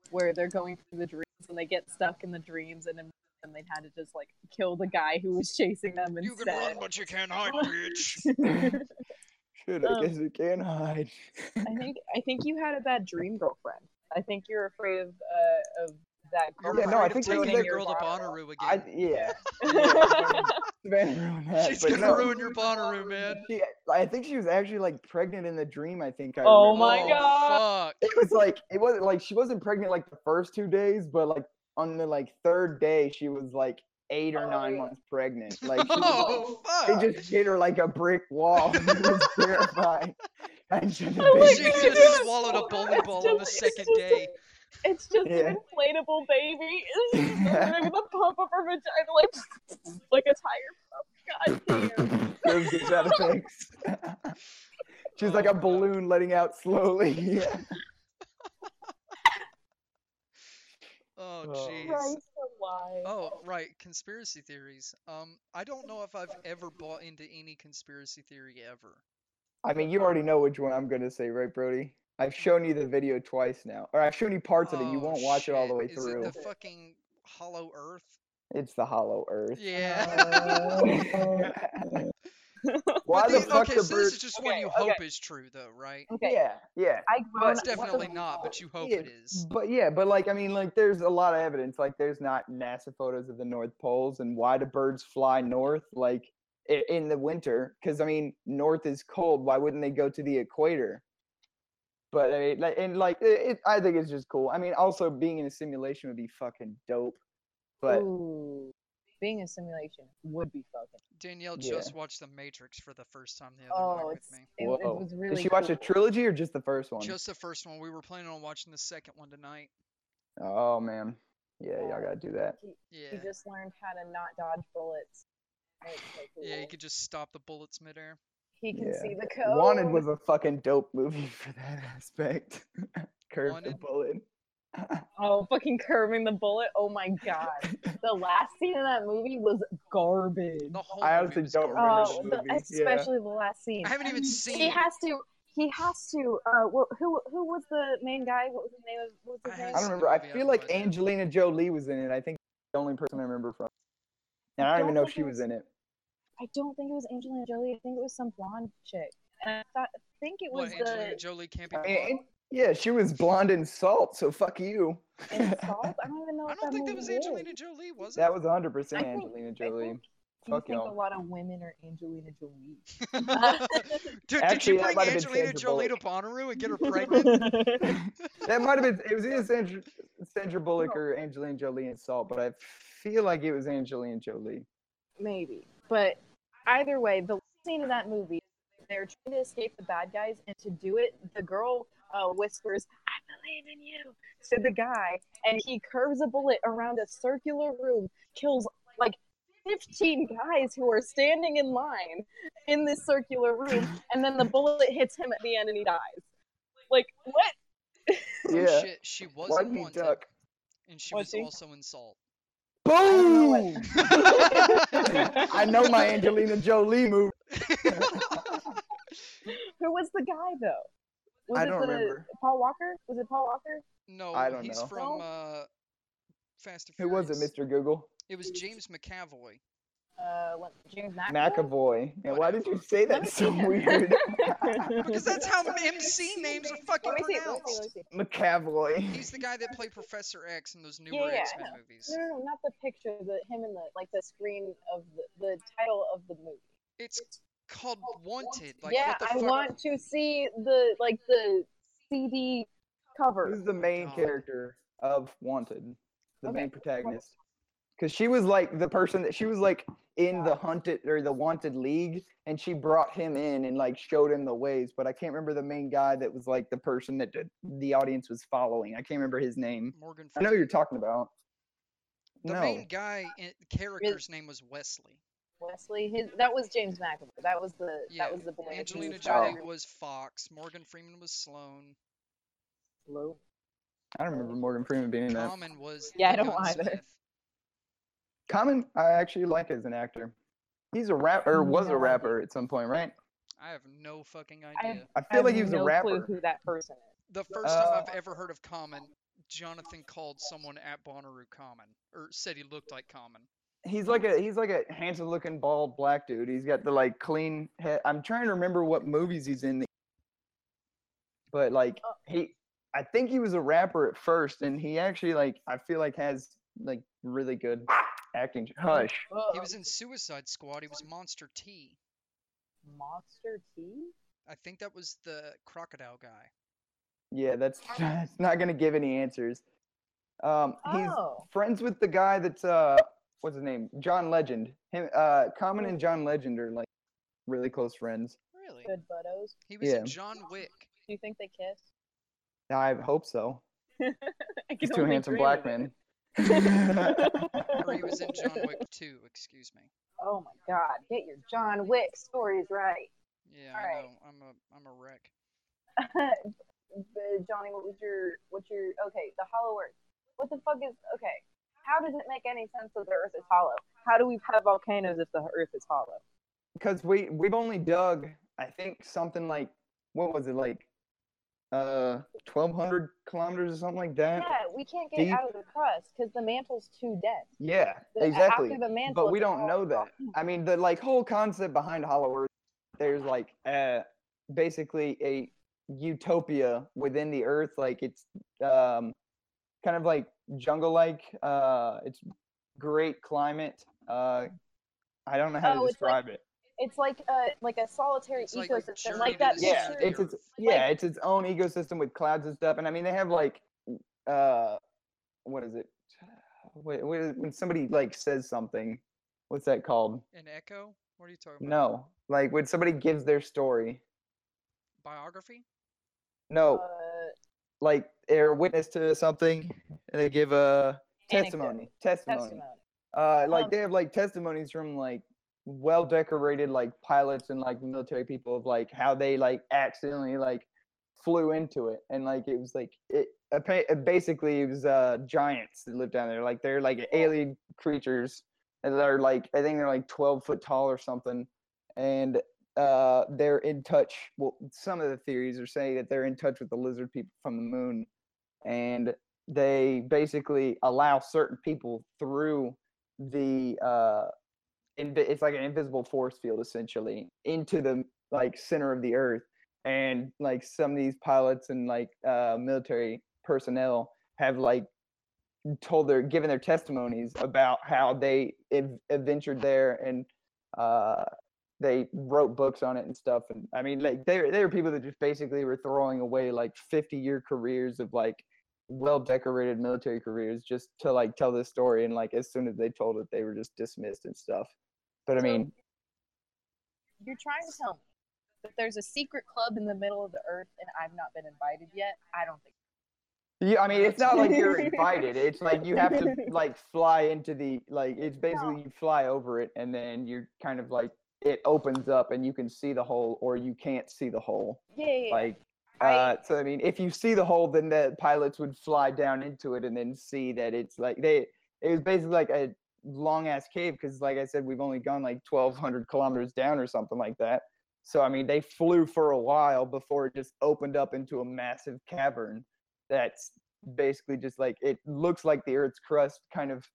Speaker 4: where they're going through the dreams and they get stuck in the dreams and then- and they had to just like kill the guy who was chasing them
Speaker 3: You can run,
Speaker 4: instead.
Speaker 3: but you can't hide, bitch.
Speaker 2: Should I
Speaker 4: Um,
Speaker 2: guess it can hide?
Speaker 4: I think I think you had a bad dream girlfriend. I think you're afraid of uh, of that that girl.
Speaker 3: You're
Speaker 2: Yeah, no, I
Speaker 3: afraid of
Speaker 2: think
Speaker 3: taking
Speaker 2: they're-
Speaker 3: the girl to Bonnaroo
Speaker 2: I,
Speaker 3: again.
Speaker 2: yeah. Savannah ruined that,
Speaker 3: She's
Speaker 2: but
Speaker 3: gonna
Speaker 2: no.
Speaker 3: ruin your Bonnaroo, man.
Speaker 2: She, I think she was actually like pregnant in the dream. I think I.
Speaker 4: Oh
Speaker 2: remember.
Speaker 4: my
Speaker 3: oh,
Speaker 4: God.
Speaker 3: Fuck.
Speaker 2: It was like it wasn't like she wasn't pregnant like the first two days, but like on the like third day she was like eight or
Speaker 4: Oh,
Speaker 2: nine
Speaker 4: yeah.
Speaker 2: months pregnant. Like she was,
Speaker 3: Oh
Speaker 2: like,
Speaker 3: fuck.
Speaker 2: it just hit her like a brick wall. it was terrifying. And she had the
Speaker 4: Oh my
Speaker 2: baby.
Speaker 3: She
Speaker 4: goodness.
Speaker 3: just swallowed a bowling
Speaker 4: It's
Speaker 3: ball on the
Speaker 4: just- it's
Speaker 3: second
Speaker 4: just a-
Speaker 3: day.
Speaker 4: It's just
Speaker 2: Yeah.
Speaker 4: an inflatable baby. It's just doing the pump of her vagina like, like a tire pump. God damn.
Speaker 2: Those good sound effects. she was like
Speaker 3: Oh,
Speaker 2: a
Speaker 3: God.
Speaker 2: balloon letting out slowly. Yeah.
Speaker 3: Oh
Speaker 2: Oh.
Speaker 3: jeez.
Speaker 4: Christ alive.
Speaker 3: Oh, right, conspiracy theories. Um, I don't know if I've ever bought into any conspiracy theory ever.
Speaker 2: I mean, you already know which one I'm gonna say, right, Brody? I've shown you the video twice now, or I've shown you parts of it. You
Speaker 3: Oh,
Speaker 2: won't watch it all the
Speaker 3: shit.
Speaker 2: way
Speaker 3: Is
Speaker 2: through.
Speaker 3: it the fucking Hollow Earth?
Speaker 2: It's the Hollow Earth.
Speaker 3: Yeah.
Speaker 2: Why
Speaker 3: But
Speaker 2: the
Speaker 3: the-
Speaker 2: fuck
Speaker 3: okay,
Speaker 2: the
Speaker 3: so
Speaker 2: bird?
Speaker 3: this is just one
Speaker 4: Okay,
Speaker 3: you
Speaker 4: okay.
Speaker 3: hope is true, though, right?
Speaker 4: Okay.
Speaker 2: Yeah, yeah,
Speaker 1: I grown,
Speaker 3: It's
Speaker 1: what the
Speaker 3: definitely not,
Speaker 1: fuck?
Speaker 3: but you hope
Speaker 2: Yeah,
Speaker 3: it is.
Speaker 2: but Hmm. yeah, but like I mean, like there's a lot of evidence. Like there's not NASA photos of the North Poles and why do birds fly north? Like i- in the winter, because I mean, north is cold. Why wouldn't they go to the equator? But I mean, like, and like it, it, I think it's just cool. I mean, also being in a simulation would be fucking dope. But
Speaker 1: Ooh, being a simulation would be fucking.
Speaker 3: Danielle
Speaker 2: Yeah.
Speaker 3: just watched The Matrix for the first time the other night
Speaker 1: Oh,
Speaker 3: with
Speaker 1: it's
Speaker 3: me.
Speaker 1: it, it
Speaker 2: Whoa.
Speaker 1: was really.
Speaker 2: did she watch a
Speaker 1: cool.
Speaker 2: trilogy or just the first one?
Speaker 3: Just the first one. We were planning on watching the second one tonight.
Speaker 2: oh man, yeah, y'all
Speaker 1: Yeah.
Speaker 2: gotta do that.
Speaker 1: He
Speaker 3: Yeah.
Speaker 1: just learned how to not dodge bullets. It's so cool.
Speaker 3: Yeah, you could just stop the bullets midair.
Speaker 1: he can
Speaker 2: Yeah.
Speaker 1: see the code.
Speaker 2: Wanted was a fucking dope movie for that aspect. Curve the
Speaker 3: Wanted.
Speaker 2: bullet.
Speaker 4: Oh, fucking curving the bullet.
Speaker 1: Oh my god! the last scene in that movie was garbage.
Speaker 3: The whole
Speaker 2: I
Speaker 3: movie
Speaker 2: honestly
Speaker 3: was
Speaker 2: don't
Speaker 3: garbage.
Speaker 1: Oh,
Speaker 2: this
Speaker 1: the,
Speaker 2: movie, yeah.
Speaker 1: especially the last scene.
Speaker 3: I haven't even seen
Speaker 1: He
Speaker 3: it.
Speaker 1: has to. He has to. Uh, wh- who who was the main guy? What was his name? of- What was
Speaker 3: I
Speaker 1: his name?
Speaker 3: haven't
Speaker 2: I don't
Speaker 3: seen the
Speaker 2: remember. I
Speaker 3: movie, I
Speaker 2: feel
Speaker 3: don't
Speaker 2: like
Speaker 3: know.
Speaker 2: Angelina Jolie was in it. I think the only person I remember from. And I don't even know if she was in it.
Speaker 1: I don't think it was Angelina Jolie. I think it was some blonde chick. And I thought, I think it was
Speaker 3: What, Angelina
Speaker 1: the
Speaker 3: Jolie can't be
Speaker 2: I
Speaker 3: blonde?
Speaker 2: mean, An- yeah, she was blonde and salt, so fuck you.
Speaker 1: Insult. I don't even know.
Speaker 3: I
Speaker 1: What
Speaker 3: don't
Speaker 1: that
Speaker 3: think
Speaker 1: movie
Speaker 3: that was
Speaker 1: is.
Speaker 3: Angelina Jolie, was it?
Speaker 2: That was 100%
Speaker 1: I think-
Speaker 2: Angelina Jolie.
Speaker 1: think- Do you
Speaker 2: Fuck
Speaker 1: think a
Speaker 2: y'all.
Speaker 1: lot of women are Angelina Jolie?
Speaker 2: Actually,
Speaker 3: Dude, did
Speaker 2: that
Speaker 3: you
Speaker 2: might
Speaker 3: bring
Speaker 2: have been
Speaker 3: Angelina
Speaker 2: Sandra
Speaker 3: Jolie to
Speaker 2: Bullock.
Speaker 3: Bonnaroo and get her pregnant?
Speaker 2: That might have been, it was either Sandra, Sandra Bullock or Angelina Jolie and salt, but I feel like it was Angelina Jolie.
Speaker 1: Maybe. But either way, the scene in that movie, they're trying to escape the bad guys, and to do it, the girl uh, whispers, I believe in you, to the guy, and he curves a bullet around a circular room, kills like 15 guys who are standing in line in this circular room, and then the bullet hits him at the end and he dies. Like, what?
Speaker 3: Oh,
Speaker 2: Yeah.
Speaker 3: shit, she was
Speaker 2: Why'd
Speaker 3: in
Speaker 2: he
Speaker 3: Wanted,
Speaker 2: duck?
Speaker 3: and she
Speaker 4: Was
Speaker 3: was
Speaker 4: she?
Speaker 3: also in Salt.
Speaker 1: know what-
Speaker 2: Boom! I know my Angelina Jolie movie.
Speaker 1: Who was the guy, though? Was
Speaker 2: I
Speaker 1: it
Speaker 2: don't
Speaker 1: the-
Speaker 2: remember.
Speaker 1: Paul Walker? Was it Paul Walker?
Speaker 3: no,
Speaker 2: I don't
Speaker 3: he's
Speaker 2: know.
Speaker 3: from
Speaker 1: No?
Speaker 3: uh, Fast and
Speaker 2: Who
Speaker 3: Furious.
Speaker 2: was it, Mr. Google?
Speaker 3: It was James McAvoy.
Speaker 1: Uh, what, James McAvoy?
Speaker 2: McAvoy. And why did you say
Speaker 1: Let
Speaker 2: that
Speaker 1: me
Speaker 2: so
Speaker 1: see him.
Speaker 2: weird?
Speaker 3: Because that's how MC names are fucking
Speaker 1: Let me see. Let me see. Let
Speaker 3: pronounced.
Speaker 1: me see.
Speaker 2: McAvoy.
Speaker 3: He's the guy that played Professor X in those newer
Speaker 1: Yeah, yeah,
Speaker 3: X
Speaker 1: I
Speaker 3: Men movies.
Speaker 1: No, no, no, not the picture. The him and the like the screen of the, the title of the movie.
Speaker 3: It's called Wanted. Like,
Speaker 1: yeah,
Speaker 3: what the
Speaker 1: I
Speaker 3: fuck?
Speaker 1: want to see the like the CD cover.
Speaker 2: Who's the main
Speaker 3: Oh God.
Speaker 2: character of Wanted? The
Speaker 1: Okay.
Speaker 2: main protagonist. Because she was like the person that she was like in the hunted or the wanted league, and she brought him in and like showed him the ways. But I can't remember the main guy that was like the person that the- the audience was following. I can't remember his name.
Speaker 3: Morgan
Speaker 2: I know
Speaker 3: Freeman.
Speaker 2: who you're talking about.
Speaker 3: The
Speaker 2: no,
Speaker 3: main guy in, character's name was Wesley.
Speaker 1: Wesley, his that was James McAvoy. That was the
Speaker 3: Yeah,
Speaker 1: that was the Oh. boy. who
Speaker 3: Angelina
Speaker 1: was following
Speaker 3: Jolie was Fox. Morgan Freeman was Sloan.
Speaker 1: Flo.
Speaker 2: I don't remember Morgan Freeman being in that.
Speaker 3: Common was
Speaker 1: Yeah, I
Speaker 3: the
Speaker 1: don't either.
Speaker 3: gunsmith.
Speaker 2: Common, I actually like as an actor. He's a rapper, or was
Speaker 1: No
Speaker 2: a
Speaker 1: idea.
Speaker 2: rapper at some point, right?
Speaker 3: I have no fucking
Speaker 1: I
Speaker 3: idea.
Speaker 2: I
Speaker 1: I
Speaker 2: feel like
Speaker 1: have
Speaker 2: he was
Speaker 1: no
Speaker 2: a
Speaker 1: clue
Speaker 2: rapper.
Speaker 1: who that person is.
Speaker 3: The first time
Speaker 2: Uh,
Speaker 3: I've ever heard of Common, Jonathan called someone at Bonnaroo Common, or said he looked like Common.
Speaker 2: He's like a he's like a handsome looking bald black dude. He's got the like clean head. I'm trying to remember what movies he's in. But like
Speaker 1: Oh.
Speaker 2: he I think he was a rapper at first, and he actually like I feel like has like really good acting. Hush.
Speaker 1: uh,
Speaker 3: He was in Suicide Squad. He was Monster T.
Speaker 1: Monster T?
Speaker 3: I think that was the crocodile guy.
Speaker 2: Yeah, that's that's not gonna give any answers. Um, he's
Speaker 1: Oh.
Speaker 2: friends with the guy that's uh, what's his name? John Legend. Him, uh, Common and John Legend are like really close friends.
Speaker 3: Really?
Speaker 1: Good buttos.
Speaker 3: He was
Speaker 2: Yeah.
Speaker 3: in John Wick.
Speaker 1: Do you think they kiss?
Speaker 2: I hope so.
Speaker 4: I can
Speaker 2: He's two
Speaker 4: only
Speaker 2: handsome
Speaker 4: dream
Speaker 2: black
Speaker 4: of it.
Speaker 2: men.
Speaker 3: Or he was in John Wick 2, excuse me.
Speaker 1: Oh my God! Get your John Wick stories right.
Speaker 3: Yeah, I
Speaker 1: Alright.
Speaker 3: know. I'm a I'm a wreck.
Speaker 1: The- Johnny, what was your what's your okay? The Hollow Earth. What the fuck is okay? How does it make any sense that the Earth is hollow? How do we have volcanoes if the Earth is hollow?
Speaker 2: because we we've only dug I think something like what was it like uh 1200 kilometers or something like that
Speaker 1: Yeah, we can't get
Speaker 2: Do you-
Speaker 1: out of the crust because the mantle's too dense.
Speaker 2: yeah,
Speaker 1: The-
Speaker 2: exactly
Speaker 1: After the mantle,
Speaker 2: but we
Speaker 1: it's
Speaker 2: don't
Speaker 1: all
Speaker 2: know that
Speaker 1: rock.
Speaker 2: i mean the like whole concept behind hollow earth there's like uh basically a utopia within the earth like it's um kind of like jungle like uh it's great climate uh i don't know
Speaker 1: Oh,
Speaker 2: how to
Speaker 1: it's like-
Speaker 2: describe it
Speaker 1: It's like a like a solitary
Speaker 3: It's like
Speaker 1: ecosystem,
Speaker 3: Journey
Speaker 1: like
Speaker 3: to
Speaker 1: that.
Speaker 3: the
Speaker 2: yeah
Speaker 1: picture-
Speaker 3: Center.
Speaker 2: it's, it's yeah it's its own ecosystem with clouds and stuff and i mean they have like uh what is it Wh- wh- when somebody like says something what's that called
Speaker 3: An Echo? What are you talking about?
Speaker 2: no like when somebody gives their story
Speaker 3: Biography?
Speaker 2: no
Speaker 1: uh,
Speaker 2: like they're a witness to something and they give a
Speaker 1: Anecdote.
Speaker 2: testimony testimony,
Speaker 1: testimony.
Speaker 2: uh like
Speaker 1: Um,
Speaker 2: they have like testimonies from like well decorated like pilots and like military people of like how they like accidentally like flew into it and like it was like it appa- basically it was uh giants that live down there like they're like alien creatures and they're like i think they're like 12 foot tall or something and uh they're in touch well some of the theories are saying that they're in touch with the lizard people from the moon and they basically allow certain people through the uh invi- it's like an invisible force field essentially into the like center of the earth and like some of these pilots and like uh military personnel have like told their given their testimonies about how they ad- adventured there and uh they wrote books on it and stuff and i mean like they they were people that just basically were throwing away like 50 year careers of like well decorated military careers just to like tell this story and like as soon as they told it they were just dismissed and stuff but i
Speaker 1: So-
Speaker 2: mean
Speaker 1: You're trying to tell me that there's a secret club in the middle of the Earth and I've not been invited yet. I don't think.
Speaker 2: yeah i mean it's not like you're invited it's like you have to like fly into the like it's basically you fly over it and then you're kind of like it opens up and you can see the hole or you can't see the hole
Speaker 1: Yeah, yeah, yeah.
Speaker 2: like
Speaker 1: I-
Speaker 2: uh, so I mean, if you see the hole, then the pilots would fly down into it and then see that it's like they. It was basically like a long ass cave because, like I said, we've only gone like twelve hundred kilometers down or something like that. So I mean, they flew for a while before it just opened up into a massive cavern. That's basically just like it looks like the Earth's crust, kind of.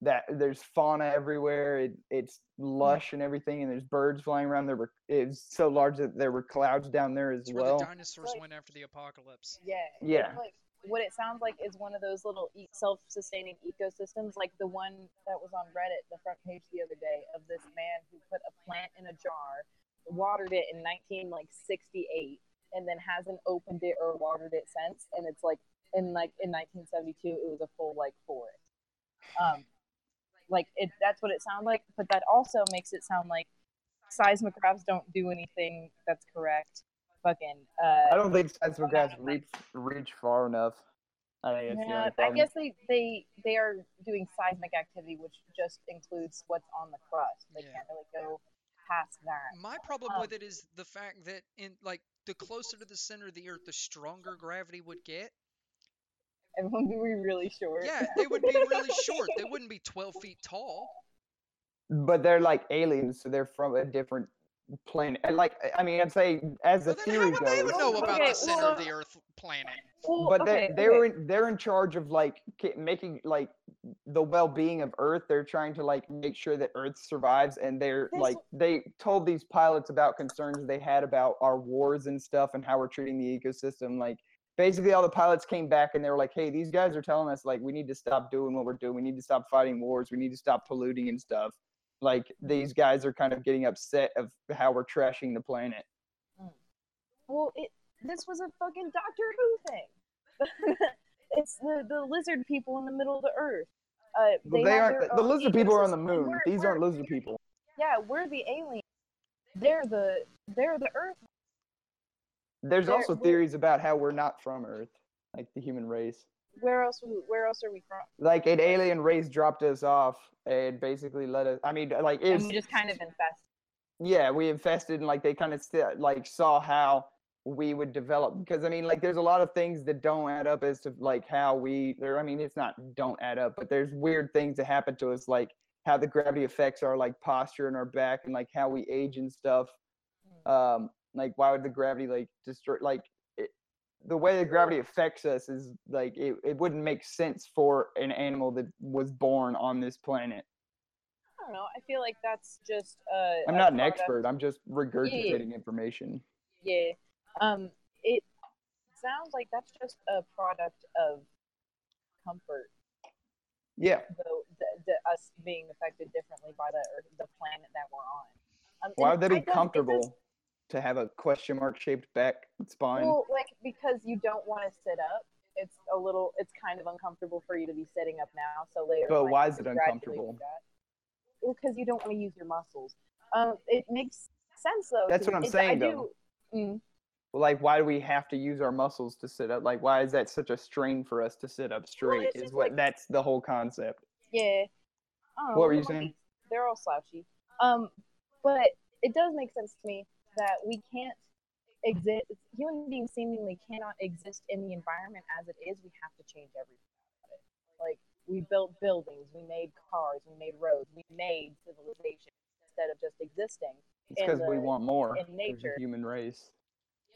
Speaker 2: That there's fauna everywhere. It, it's lush and everything, and there's birds flying around. There were it's so large that there were clouds down there as
Speaker 3: It's where
Speaker 2: well.
Speaker 3: the dinosaurs
Speaker 1: Right.
Speaker 3: went after the apocalypse.
Speaker 1: yeah. it's
Speaker 2: Yeah.
Speaker 1: like- what it sounds like is one of those little e- self-sustaining ecosystems, like the one that was on Reddit, the front page the other day, of this man who put a plant in a jar, watered it in 19 like 68, and then hasn't opened it or watered it since. And it's like in like in 1972, it was a full like forest. Um, like it, that's what it sounds like. But that also makes it sound like seismographs don't do anything that's correct. Fucking. Uh,
Speaker 2: I don't think seismographs
Speaker 1: amount of
Speaker 2: reach reach far enough. I think it's
Speaker 1: Yeah, I guess they, they they are doing seismic activity, which just includes what's on the crust. They
Speaker 3: Yeah.
Speaker 1: can't really go past that.
Speaker 3: My problem
Speaker 1: Um,
Speaker 3: with it is the fact that in like the closer to the center of the earth, the stronger gravity would get.
Speaker 1: Everyone would be really short.
Speaker 3: Yeah, they would be really short. They wouldn't be 12 feet tall.
Speaker 2: but they're like aliens, so they're from a different planet. And, Like I- I mean, I'd say as the
Speaker 3: Well, then how
Speaker 2: theory
Speaker 3: would they even
Speaker 2: goes,
Speaker 3: know about
Speaker 1: Okay,
Speaker 3: the center of
Speaker 1: well-
Speaker 3: the earth planet?
Speaker 1: Well,
Speaker 2: but
Speaker 1: okay,
Speaker 2: they they
Speaker 1: okay.
Speaker 2: were in, they're in charge of like ki- making like the well being of Earth. They're trying to like make sure that Earth survives, and they're
Speaker 1: This-
Speaker 2: like they told these pilots about concerns they had about our wars and stuff and how we're treating the ecosystem, like. basically all the pilots came back and they were like, "Hey, these guys are telling us like we need to stop doing what we're doing. We need to stop fighting wars. We need to stop polluting and stuff. Like these guys are kind of getting upset of how we're trashing the planet."
Speaker 1: Well, it this was a fucking Doctor Who thing. it's the the lizard people in the middle of the earth. Uh,
Speaker 2: But
Speaker 1: they
Speaker 2: they
Speaker 1: have
Speaker 2: aren't
Speaker 1: their
Speaker 2: the
Speaker 1: own
Speaker 2: lizard people are on the
Speaker 1: ecosystem.
Speaker 2: moon.
Speaker 1: We're-
Speaker 2: These
Speaker 1: we're-
Speaker 2: aren't lizard people.
Speaker 1: Yeah, we're the aliens. They're the they're the Earth.
Speaker 2: There's
Speaker 1: They're-
Speaker 2: also
Speaker 1: we're-
Speaker 2: theories about how we're not from Earth, like the human race.
Speaker 1: Where else? we- Where else are we from?
Speaker 2: Like an alien race dropped us off and basically let us. I mean, like
Speaker 1: And
Speaker 2: it's
Speaker 1: we just kind of infest.
Speaker 2: yeah, we invested and like they kind of st- like saw how we would develop because I mean, like there's a lot of things that don't add up as to like how we there. I mean, it's not don't add up, but there's weird things that happen to us, like how the gravity affects our like posture and our back and like how we age and stuff.
Speaker 1: Hmm.
Speaker 2: Um, like why would the gravity like destroy like it, the way that gravity affects us is like it, it wouldn't make sense for an animal that was born on this planet.
Speaker 1: I don't know. I feel like that's just. Uh,
Speaker 2: I'm
Speaker 1: a
Speaker 2: not an
Speaker 1: product-
Speaker 2: expert. I'm just regurgitating information.
Speaker 1: Yeah. Um. It sounds like that's just a product of comfort,
Speaker 2: Yeah.
Speaker 1: though. The, the us being affected differently by the earth, the planet that we're on. Um,
Speaker 2: Why would
Speaker 1: and
Speaker 2: they
Speaker 1: I don't-
Speaker 2: be
Speaker 1: it does-
Speaker 2: comfortable to have a question mark shaped back spine?
Speaker 1: Well, like because you don't want to sit up. It's a little. It's kind of uncomfortable for you to be sitting up now. So later. in
Speaker 2: But
Speaker 1: life,
Speaker 2: why
Speaker 1: you
Speaker 2: is it
Speaker 1: can gradually
Speaker 2: uncomfortable?
Speaker 1: do that. Well, because you don't want to use your muscles. Um, it makes sense though.
Speaker 2: That's
Speaker 1: 'cause
Speaker 2: what I'm
Speaker 1: it's-
Speaker 2: saying,
Speaker 1: I
Speaker 2: though.
Speaker 1: do- mm,
Speaker 2: like, why do we have to use our muscles to sit up? Like, why is that such a strain for us to sit up straight?
Speaker 1: it's
Speaker 2: is
Speaker 1: just
Speaker 2: what
Speaker 1: like-
Speaker 2: that's the whole concept.
Speaker 1: yeah. I don't know,
Speaker 2: What were you
Speaker 1: they're all-
Speaker 2: saying?
Speaker 1: They're all slouchy. Um, but it does make sense to me that we can't exist. Human beings seemingly cannot exist in the environment as it is. We have to change everything. about it. Like we built buildings, we made cars, we made roads, we made civilization instead of just existing.
Speaker 2: It's
Speaker 1: in
Speaker 2: because we
Speaker 1: the-
Speaker 2: want more
Speaker 1: in
Speaker 2: as a
Speaker 1: nature.
Speaker 2: human race.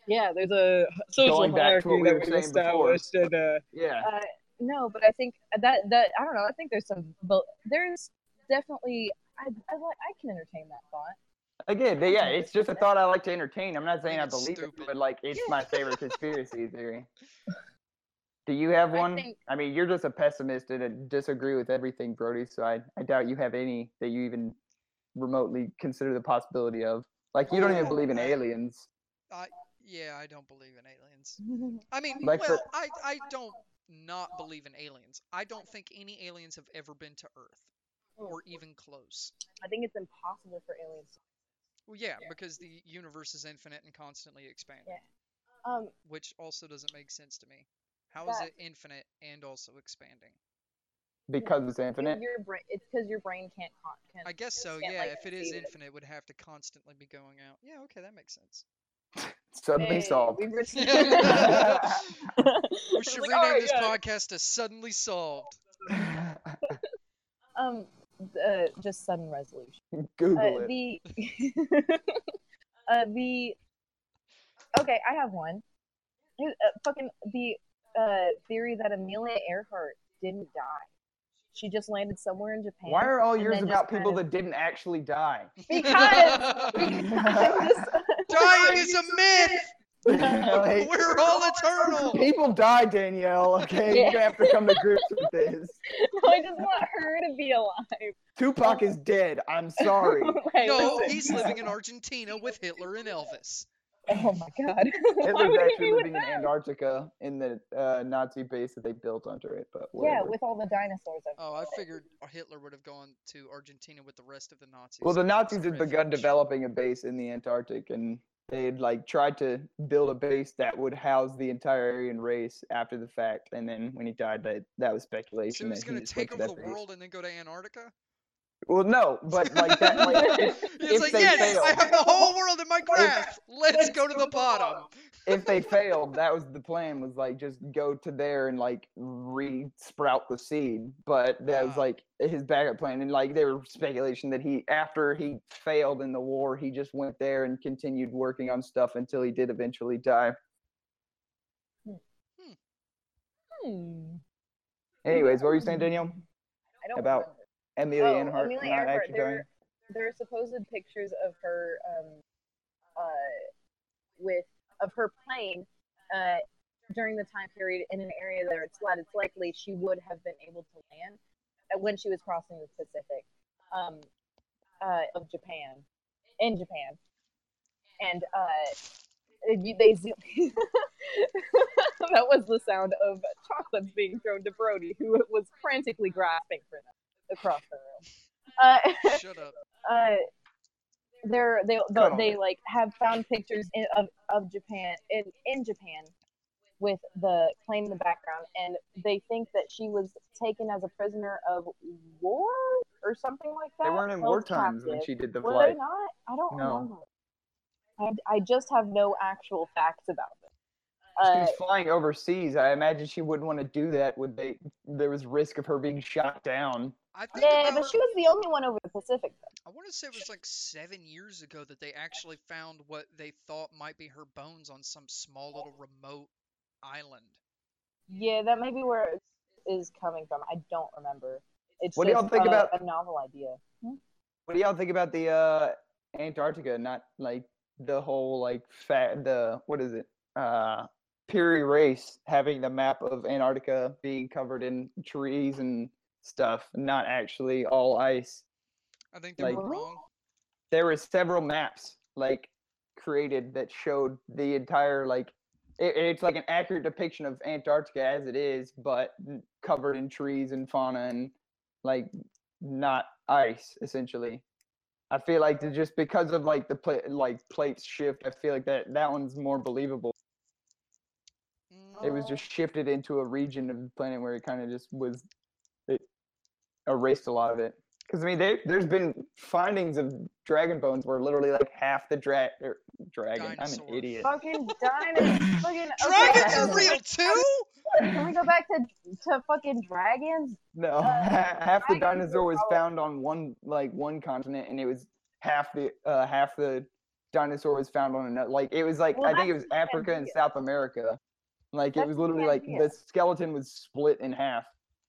Speaker 1: Yeah, there's a social
Speaker 2: Going back to what we were saying before.
Speaker 1: and uh,
Speaker 2: Yeah.
Speaker 1: uh, no, but I think that that I don't know. I think there's some. But there's definitely. I, I like. I can entertain that thought.
Speaker 2: Again, they- yeah, it's just a thought I like to entertain. I'm not saying I
Speaker 3: It's
Speaker 2: believe
Speaker 3: stupid.
Speaker 2: it, but like, it's my favorite conspiracy theory. Do you have
Speaker 1: I
Speaker 2: one? I,
Speaker 1: think-
Speaker 2: mean, you're just a pessimist and uh, disagree with everything, Brody. So I, I doubt you have any that you even remotely consider the possibility of. Like, you don't even
Speaker 3: Oh,
Speaker 2: believe in
Speaker 3: I-
Speaker 2: aliens.
Speaker 3: Yeah, I don't believe in aliens. I mean,
Speaker 2: Like
Speaker 3: well,
Speaker 2: for-
Speaker 3: I, I don't not believe in aliens. I don't think any aliens have ever been to Earth or even close.
Speaker 1: I think it's impossible for aliens. to-
Speaker 3: Well, yeah, because the universe is infinite and constantly expanding,
Speaker 1: Yeah. Um,
Speaker 3: which also doesn't make sense to me. How is
Speaker 1: That-
Speaker 3: it infinite and also expanding?
Speaker 2: Because it's
Speaker 1: your,
Speaker 2: infinite.
Speaker 1: your brain. It's because your brain can't. Con- can
Speaker 3: I guess so,
Speaker 1: can't,
Speaker 3: yeah.
Speaker 1: like,
Speaker 3: if it is
Speaker 1: conceive it.
Speaker 3: infinite, it would have to constantly be going out. Yeah, okay, that makes sense.
Speaker 2: Suddenly
Speaker 1: Hey,
Speaker 2: solved.
Speaker 1: we were-
Speaker 3: We We
Speaker 1: It's
Speaker 3: should
Speaker 1: like, "Oh
Speaker 3: rename
Speaker 1: alright,
Speaker 3: this
Speaker 1: yeah.
Speaker 3: podcast to Suddenly Solved.
Speaker 1: Um, uh, just sudden resolution.
Speaker 2: Google
Speaker 1: Uh,
Speaker 2: it.
Speaker 1: the. uh, the. Okay, I have one. Uh, fucking the uh, theory that Amelia Earhart didn't die. She just landed somewhere in Japan.
Speaker 2: Why are all
Speaker 1: and
Speaker 2: yours
Speaker 1: then just
Speaker 2: about
Speaker 1: kind
Speaker 2: people
Speaker 1: of-
Speaker 2: that didn't actually die?
Speaker 1: Because- I'm just-
Speaker 3: Dying is a myth!
Speaker 2: Like,
Speaker 3: We're all eternal!
Speaker 2: people die, Danielle.
Speaker 1: Yeah.
Speaker 2: Okay, you're gonna have to come to grips with this.
Speaker 1: I just want her to be alive.
Speaker 2: Tupac is dead. I'm sorry.
Speaker 1: Wait,
Speaker 3: No,
Speaker 1: listen.
Speaker 3: he's living in Argentina with Hitler and Elvis.
Speaker 1: Oh my god. Why
Speaker 2: Hitler's
Speaker 1: would he
Speaker 2: actually
Speaker 1: be with
Speaker 2: living in
Speaker 1: them?
Speaker 2: Antarctica in the uh, Nazi base that they built under it. But
Speaker 1: Yeah,
Speaker 2: whatever.
Speaker 1: with all the dinosaurs. I've
Speaker 3: Oh, I figured Hitler would have gone to Argentina with the rest of the Nazis.
Speaker 2: well, the
Speaker 3: and asked
Speaker 2: Nazis
Speaker 3: for
Speaker 2: had begun
Speaker 3: refuge.
Speaker 2: developing a base in the Antarctic, and they had like tried to build a base that would house the entire Aryan race after the fact. And then when he died, that that was
Speaker 3: So
Speaker 2: speculation.
Speaker 3: he's
Speaker 2: that he
Speaker 3: gonna
Speaker 2: just went
Speaker 3: take
Speaker 2: to
Speaker 3: over the
Speaker 2: that base.
Speaker 3: world and then go to Antarctica?
Speaker 2: Well, no, but like that. Like, if,
Speaker 3: It's
Speaker 2: if
Speaker 3: like,
Speaker 2: they
Speaker 3: yes,
Speaker 2: fail.
Speaker 3: I have the whole world in my grasp. Let's, go to the bottom.
Speaker 2: if they failed, that was the plan was like just go to there and like re sprout the seed. But that was
Speaker 3: Ah.
Speaker 2: like his backup plan. And like there was speculation that he after he failed in the war, he just went there and continued working on stuff until he did eventually die.
Speaker 1: Hmm.
Speaker 2: Anyways, what were you saying, Danielle?
Speaker 1: I don't
Speaker 2: About
Speaker 1: remember.
Speaker 2: Amelia
Speaker 1: Mm-hmm. Oh,
Speaker 2: Earhart
Speaker 1: Amelia
Speaker 2: not
Speaker 1: Earhart,
Speaker 2: actually
Speaker 1: there-
Speaker 2: dying.
Speaker 1: There are supposed pictures of her um uh with of her plane uh during the time period in an area that it's flooded, it's likely she would have been able to land uh, when she was crossing the Pacific um, uh, of Japan, in Japan. And uh, you- they zoom. that was the sound of chocolates being thrown to Brody, who was frantically grasping for them across the room. Uh,
Speaker 3: Shut up.
Speaker 1: uh, they're they they,
Speaker 2: on
Speaker 1: they
Speaker 2: it.
Speaker 1: like have found pictures in, of of Japan in in Japan with the plane in the background, and they think that she was taken as a prisoner of war or something like that.
Speaker 2: They weren't in
Speaker 1: held
Speaker 2: war times when
Speaker 1: captive.
Speaker 2: she did the
Speaker 1: Were they
Speaker 2: flight.
Speaker 1: not? I don't
Speaker 2: No.
Speaker 1: remember. I, I just have no actual facts about this.
Speaker 2: She
Speaker 1: Uh,
Speaker 2: was flying overseas. I imagine she wouldn't want to do that. Would they? There was risk of her being shot down.
Speaker 3: I think
Speaker 1: yeah,
Speaker 3: about,
Speaker 1: but she was the only one over the Pacific. Though.
Speaker 3: I want to say it was like seven years ago that they actually found what they thought might be her bones on some small little remote island.
Speaker 1: Yeah, that may be where it is coming from. I don't remember. It's
Speaker 2: What do
Speaker 1: just,
Speaker 2: y'all think
Speaker 1: uh,
Speaker 2: about-
Speaker 1: a novel idea?
Speaker 2: What do y'all think about the uh, Antarctica? Not like the whole like fat the what is it? Uh, Piri race having the map of Antarctica being covered in trees and stuff, not actually all ice.
Speaker 3: I think they
Speaker 2: Like-
Speaker 3: were wrong.
Speaker 2: There was several maps like created that showed the entire like it, it's like an accurate depiction of Antarctica as it is, but n- covered in trees and fauna and like not ice essentially. I feel like that just because of like the pla- like plates shift, I feel like that that one's more believable.
Speaker 3: Mm.
Speaker 2: It was
Speaker 1: Oh.
Speaker 2: just shifted into a region of the planet where it kind of just was it erased a lot of it. Because I mean, there, there's been findings of dragon bones where literally like half the dra- er, dragon. I'm
Speaker 3: Dinosaur.
Speaker 2: an idiot.
Speaker 1: fucking dinosaurs. fucking
Speaker 3: Dragons
Speaker 1: okay,
Speaker 3: are real too.
Speaker 1: Can we go back to to fucking dragons?
Speaker 2: No,
Speaker 1: Uh,
Speaker 2: ha- half the
Speaker 1: dragon is
Speaker 2: dinosaur was
Speaker 1: probably-
Speaker 2: found on one like one continent, and it was half the uh, half the dinosaur was found on another. Like it was like
Speaker 1: Well,
Speaker 2: I think it was
Speaker 1: that's the
Speaker 2: Africa and
Speaker 1: idea.
Speaker 2: South America. Like it
Speaker 1: That's
Speaker 2: was
Speaker 1: the
Speaker 2: literally like
Speaker 1: idea.
Speaker 2: the skeleton was split in half.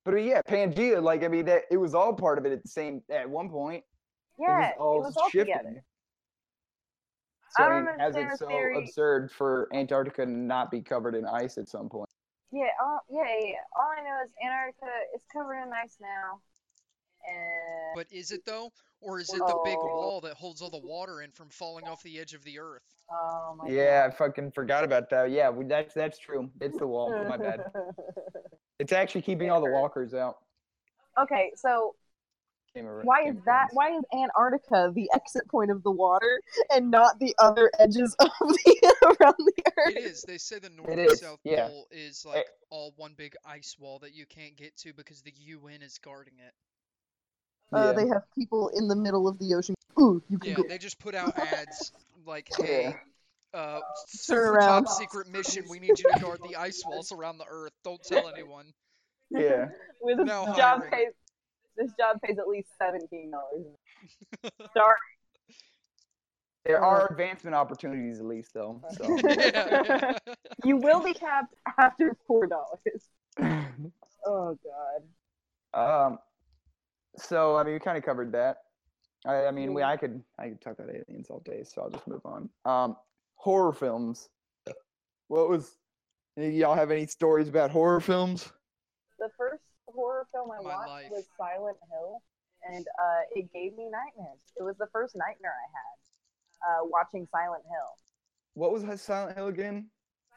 Speaker 2: But uh, yeah, Pangea. Like I mean, that it was all part of it at the same at one point.
Speaker 1: Yeah,
Speaker 2: it was all, shifted.
Speaker 1: together.
Speaker 2: So
Speaker 1: I
Speaker 2: I,
Speaker 1: don't
Speaker 2: mean, as
Speaker 1: understand
Speaker 2: it's
Speaker 1: the
Speaker 2: so
Speaker 1: theory.
Speaker 2: absurd for Antarctica to not be covered in ice at some point.
Speaker 1: Yeah, all, yeah, yeah, yeah. All I know is Antarctica is covered in ice now, and
Speaker 3: But is it though? Or is it the big
Speaker 1: Oh.
Speaker 3: wall that holds all the water in from falling off the edge of the earth?
Speaker 1: oh my
Speaker 2: Yeah, I fucking forgot about that. Yeah, we- that's that's true. It's the wall.
Speaker 1: God.
Speaker 2: Oh, My bad. It's actually keeping all the
Speaker 1: Fair.
Speaker 2: walkers out.
Speaker 1: okay, so
Speaker 2: Game of-
Speaker 1: why is
Speaker 2: Game of
Speaker 1: that?
Speaker 2: Thrones.
Speaker 1: Why is Antarctica the exit point of the water and not the other edges of the around the
Speaker 3: It
Speaker 1: earth?
Speaker 3: is. They say the North and
Speaker 2: is,
Speaker 3: South
Speaker 2: yeah. Eh
Speaker 3: Pole is like all one big ice wall that you can't get to because the UN is guarding it.
Speaker 1: Uh,
Speaker 2: Yeah.
Speaker 1: They have people in the middle of the ocean. Ooh, you can
Speaker 3: Yeah,
Speaker 1: go
Speaker 3: they just put out ads like,
Speaker 2: Yeah.
Speaker 3: "Hey, uh,
Speaker 1: Turn
Speaker 3: super
Speaker 1: around.
Speaker 3: top secret mission. We need you to guard the ice walls around the Earth. Don't tell anyone."
Speaker 2: yeah.
Speaker 4: With a
Speaker 3: No,
Speaker 4: job
Speaker 3: hiring.
Speaker 4: pays,
Speaker 1: this job pays at least seventeen dollars.
Speaker 2: There
Speaker 1: Uh,
Speaker 2: are advancement opportunities at least though. So
Speaker 3: Yeah, yeah.
Speaker 1: You will be capped after four dollars.
Speaker 2: um
Speaker 1: Oh god.
Speaker 2: so I mean we kinda covered that. I, I mean we
Speaker 1: Mm-hmm.
Speaker 2: I could I could talk about aliens all day, so I'll just move on. Um horror films. What was y'all have any stories about horror films?
Speaker 1: The first horror film I
Speaker 3: My
Speaker 1: watched
Speaker 3: life.
Speaker 1: was Silent Hill, and uh, it gave me nightmares. It was the first nightmare I had uh, watching Silent Hill.
Speaker 2: What was Hi- Silent Hill again?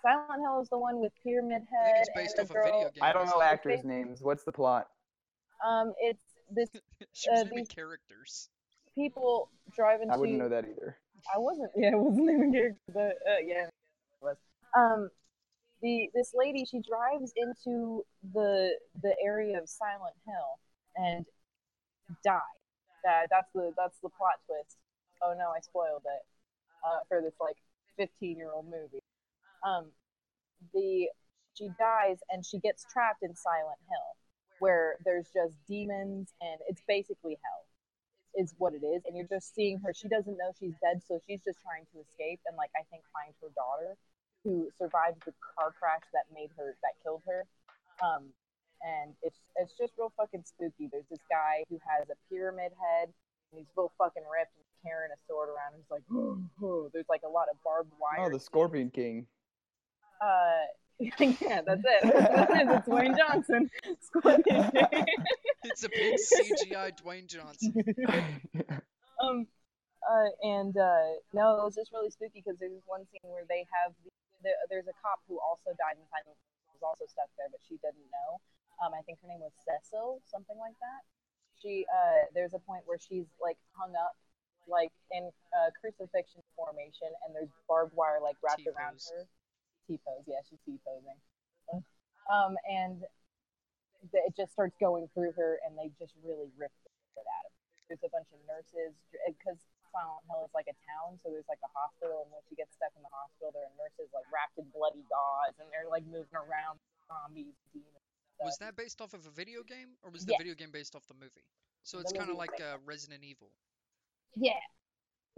Speaker 1: Silent Hill is the one with Pyramid
Speaker 3: I think
Speaker 1: Head
Speaker 3: it's based
Speaker 1: and
Speaker 3: off
Speaker 1: the
Speaker 3: a
Speaker 1: girl.
Speaker 3: video game.
Speaker 2: I don't
Speaker 3: isn't
Speaker 2: know
Speaker 3: it?
Speaker 2: actors' names. What's the plot?
Speaker 1: Um, it's this
Speaker 3: She was
Speaker 1: uh,
Speaker 3: naming
Speaker 1: these-
Speaker 3: characters.
Speaker 1: people drive into.
Speaker 2: I wouldn't know that either.
Speaker 1: I wasn't. Yeah, I wasn't even here. But uh, yeah, I was. Um, the this lady she drives into the the area of Silent Hill and dies. That that's the that's the plot twist. Oh no, I spoiled it uh, for this like fifteen year old movie. Um, the she dies and she gets trapped in Silent Hill, where there's just demons and it's basically hell is what it is and you're just seeing her she doesn't know she's dead so she's just trying to escape and like i think find her daughter who survived the car crash that made her that killed her um and it's it's just real fucking spooky there's this guy who has a pyramid head and he's real fucking ripped and carrying a sword around and he's like there's like a lot of barbed wire
Speaker 2: Oh, the Scorpion King.
Speaker 1: uh
Speaker 4: yeah, that's it. That's it. It's Dwayne Johnson. Squatting.
Speaker 3: It's a big CGI Dwayne Johnson.
Speaker 4: um, uh, and uh, no, it was just really spooky because there's this one scene where they have the, the, there's a cop who also died in Silent Hill, was also stuck there, but she didn't know. Um, I think her name was Cecil, something like that. She uh, there's a point where she's like hung up, like in uh, crucifixion formation, and there's barbed wire like wrapped around
Speaker 3: T-pose.
Speaker 4: her. T pose, yeah, she's T posing. Um, and th- it just starts going through her, and they just really rip the shit out of her. There's a bunch of nurses because Silent Hill is like a town, so there's like a hospital, and when she gets stuck in the hospital, there are nurses like wrapped in bloody gauze, and they're like moving around zombies, demons.
Speaker 3: Was that based off of a video game, or was
Speaker 4: Yes.
Speaker 3: the video game based off the movie? So
Speaker 4: The
Speaker 3: it's kind of
Speaker 4: movie.
Speaker 3: like uh, Resident Evil,
Speaker 4: Yeah,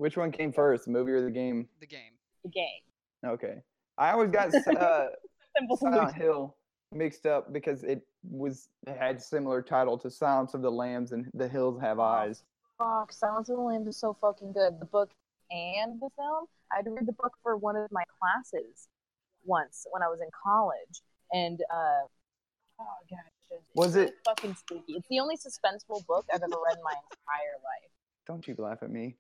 Speaker 2: Which one came first, the movie or the game?
Speaker 3: the game.
Speaker 4: the game.
Speaker 2: Okay. I always got uh,
Speaker 4: Simple
Speaker 2: Silent
Speaker 4: solution.
Speaker 2: Hill mixed up because it was it had similar title to Silence of the Lambs and The Hills Have Eyes.
Speaker 1: Fuck, Silence of the Lambs is so fucking good. The book and the film. I had to read the book for one of my classes once when I was in college, and uh, oh god, it's just-
Speaker 2: Was it?
Speaker 1: fucking spooky. It's the only suspenseful book I've ever read in my entire life.
Speaker 2: Don't you laugh at me.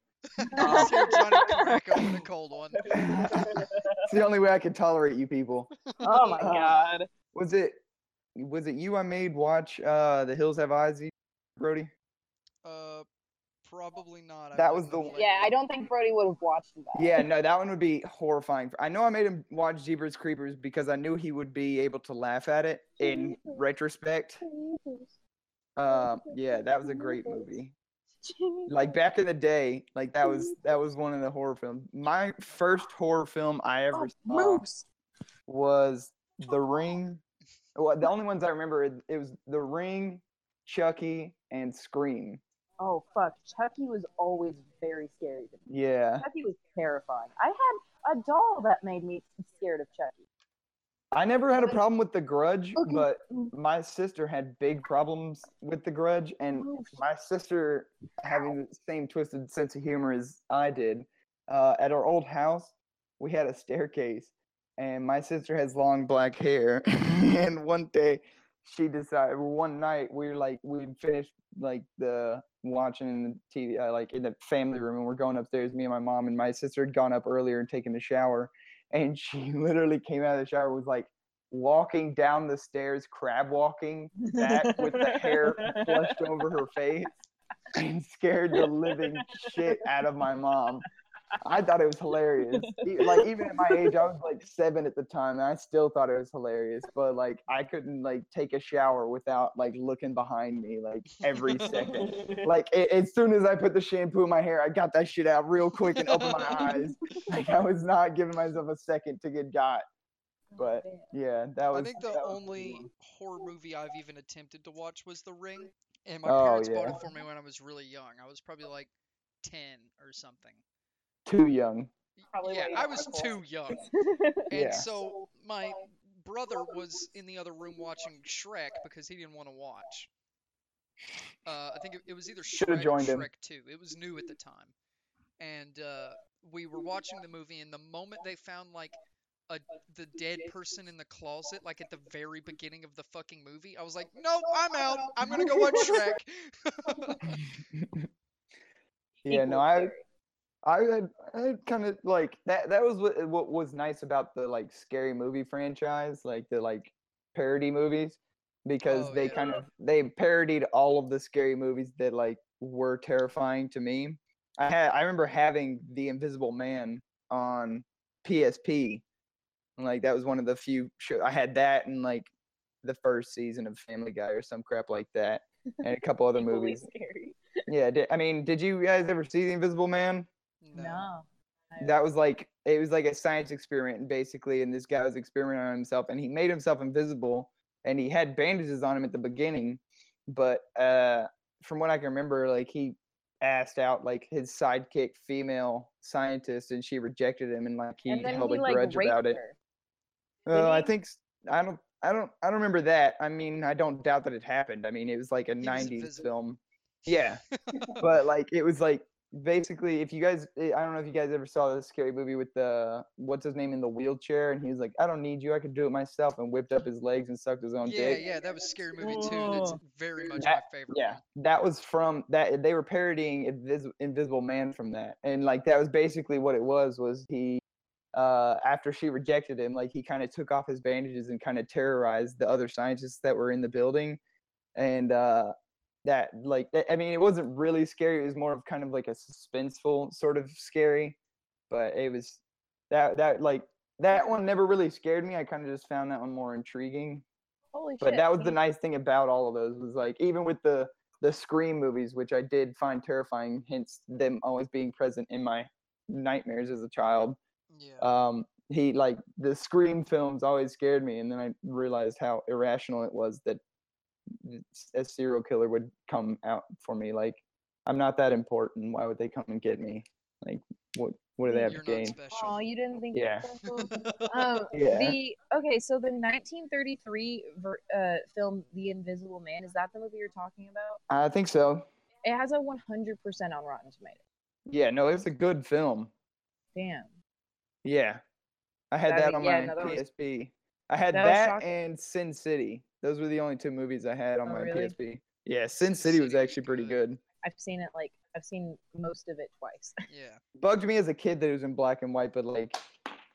Speaker 3: I was here trying to crack open a cold one.
Speaker 2: It's the only way I could tolerate you people.
Speaker 4: Oh my god.
Speaker 2: Was it? Was it you I made watch uh, The Hills Have Eyes, Brody?
Speaker 3: Uh, probably not. I
Speaker 2: That was
Speaker 3: wouldn't
Speaker 2: the
Speaker 3: have
Speaker 2: one-
Speaker 4: Yeah,
Speaker 3: liked
Speaker 4: I
Speaker 3: it.
Speaker 4: don't think Brody would have watched that.
Speaker 2: Yeah, no, that one would be horrifying. I know I made him watch Jeepers Creepers because I knew he would be able to laugh at it in retrospect. Uh, yeah, that was a great movie. Like back in the day, like that was that was one of the horror films. My first horror film I ever saw
Speaker 1: Oh, Moose.
Speaker 2: was The Ring. Well, the only ones I remember it, it was The Ring, Chucky, and Scream.
Speaker 1: Oh fuck, Chucky was always very scary to me.
Speaker 2: Yeah,
Speaker 1: Chucky was terrifying. I had a doll that made me scared of Chucky.
Speaker 2: I never had a problem with The Grudge,
Speaker 1: Okay.
Speaker 2: but my sister had big problems with The Grudge,
Speaker 1: Oh,
Speaker 2: and my sister having the same twisted sense of humor as I did. Uh, at our old house, we had a staircase, and my sister has long black hair. and one day, she decided. One night, we were like we would finished like the watching the TV, uh, like in the family room, and we're going upstairs. Me and my mom and my sister had gone up earlier and taken a shower, and she literally came out of the shower and was like walking down the stairs, crab walking back with the hair flushed over her face and scared the living shit out of my mom. I thought it was hilarious. E- Like even at my age, I was like seven at the time, and I still thought it was hilarious. But like I couldn't like take a shower without like looking behind me like every second. Like a- as soon as I put the shampoo in my hair, I got that shit out real quick and opened my eyes. Like I was not giving myself a second to get got. But yeah, that was.
Speaker 3: I think the
Speaker 2: that was
Speaker 3: only
Speaker 2: one.
Speaker 3: horror movie I've even attempted to watch was The Ring, and my
Speaker 2: Oh,
Speaker 3: parents bought
Speaker 2: yeah.
Speaker 3: it for me when I was really young. I was probably like ten or something.
Speaker 2: too young.
Speaker 3: Y-
Speaker 4: Probably
Speaker 3: yeah,
Speaker 4: why you
Speaker 3: I
Speaker 4: don't
Speaker 3: was
Speaker 4: recall
Speaker 3: too young,
Speaker 2: Yeah.
Speaker 3: and so my brother was in the other room watching Shrek because he didn't want to watch. Uh, I think it, it was either
Speaker 2: Shoulda
Speaker 3: Shrek
Speaker 2: joined
Speaker 3: or
Speaker 2: him.
Speaker 3: Shrek Two. It was new at the time, and uh, we were watching the movie. And the moment they found like a the dead person in the closet, like at the very beginning of the fucking movie, I was like, "No, I'm out. I'm gonna go watch Shrek."
Speaker 2: Yeah, no,
Speaker 4: Equally
Speaker 2: I
Speaker 4: scary.
Speaker 2: I had, I had kind of like that. That was what what was nice about the like scary movie franchise, like the like parody movies, because
Speaker 3: Oh,
Speaker 2: they
Speaker 3: yeah.
Speaker 2: kind of they parodied all of the scary movies that like were terrifying to me. I had I remember having The Invisible Man on PSP, and like that was one of the few show I had that and like the first season of Family Guy or some crap like that, and a couple other
Speaker 4: Equally
Speaker 2: movies.
Speaker 4: scary.
Speaker 2: Yeah, di- I mean, did you guys ever see The Invisible Man?
Speaker 1: No.
Speaker 2: that was like it was like a science experiment and basically and this guy was experimenting on himself and he made himself invisible and he had bandages on him at the beginning but uh from what i can remember like he asked out like his sidekick female scientist and she rejected him and like he
Speaker 4: and then
Speaker 2: held
Speaker 4: he
Speaker 2: a
Speaker 4: like
Speaker 2: grudge
Speaker 4: raped
Speaker 2: about it
Speaker 4: her.
Speaker 2: well Uh, i
Speaker 4: he?
Speaker 2: think s- i don't i don't i don't remember that i mean i don't doubt that it happened i mean it was like a
Speaker 3: was
Speaker 2: 90s
Speaker 3: invisible.
Speaker 2: film yeah but like it was like basically, if you guys, eh, I don't know if you guys ever saw this scary movie with the what's his name in the wheelchair, and he was like, "I don't need you, I could do it myself," and whipped up his legs and sucked his own
Speaker 3: Yeah,
Speaker 2: dick.
Speaker 3: yeah, that was a scary movie too. That's
Speaker 1: Whoa.
Speaker 3: very much
Speaker 2: That-
Speaker 3: my favorite.
Speaker 2: Yeah, that was from that. They were parodying Invis- Invisible Man from that, and like that was basically what it was. Was he uh, after she rejected him, like he kind of took off his bandages and kind of terrorized the other scientists that were in the building, and uh, that like I mean it wasn't really scary. It was more of kind of like a suspenseful sort of scary, but it was that that like that one never really scared me. I kind of just found that one more intriguing
Speaker 1: Holy
Speaker 2: but
Speaker 1: shit.
Speaker 2: that was the nice thing about all of those was like even with the the scream movies which i did find terrifying hence them always being present in my nightmares as a child
Speaker 3: Yeah.
Speaker 2: um he like the scream films always scared me and then i realized how irrational it was that s- a serial killer would come out for me like i'm not that important why would they come and get me like what what do they have
Speaker 3: Mm, You're
Speaker 2: to gain
Speaker 3: not
Speaker 1: Oh,
Speaker 3: special.
Speaker 1: you didn't think
Speaker 2: Yeah.
Speaker 1: so? um,
Speaker 2: Yeah.
Speaker 1: the okay, so the 1933 ver- uh, film The Invisible Man is that the movie you're talking about?
Speaker 2: i think so
Speaker 1: It has a 100% on Rotten Tomatoes.
Speaker 2: yeah no it's a good film
Speaker 1: Damn.
Speaker 2: Yeah, I had
Speaker 1: That'd
Speaker 2: that
Speaker 1: be-
Speaker 2: on
Speaker 1: yeah,
Speaker 2: my
Speaker 1: no, that was-
Speaker 2: PSP. I had
Speaker 1: that was
Speaker 2: that
Speaker 1: shocking.
Speaker 2: and Sin City. Those were the only two movies I had on
Speaker 1: Oh,
Speaker 2: my
Speaker 1: really?
Speaker 2: PSP. Yeah, Sin
Speaker 3: Sin
Speaker 2: City was
Speaker 3: City was
Speaker 2: actually pretty
Speaker 3: good.
Speaker 2: good.
Speaker 1: I've seen it like I've seen most of it twice.
Speaker 3: yeah.
Speaker 2: Bugged me as a kid that it was in black and white, but like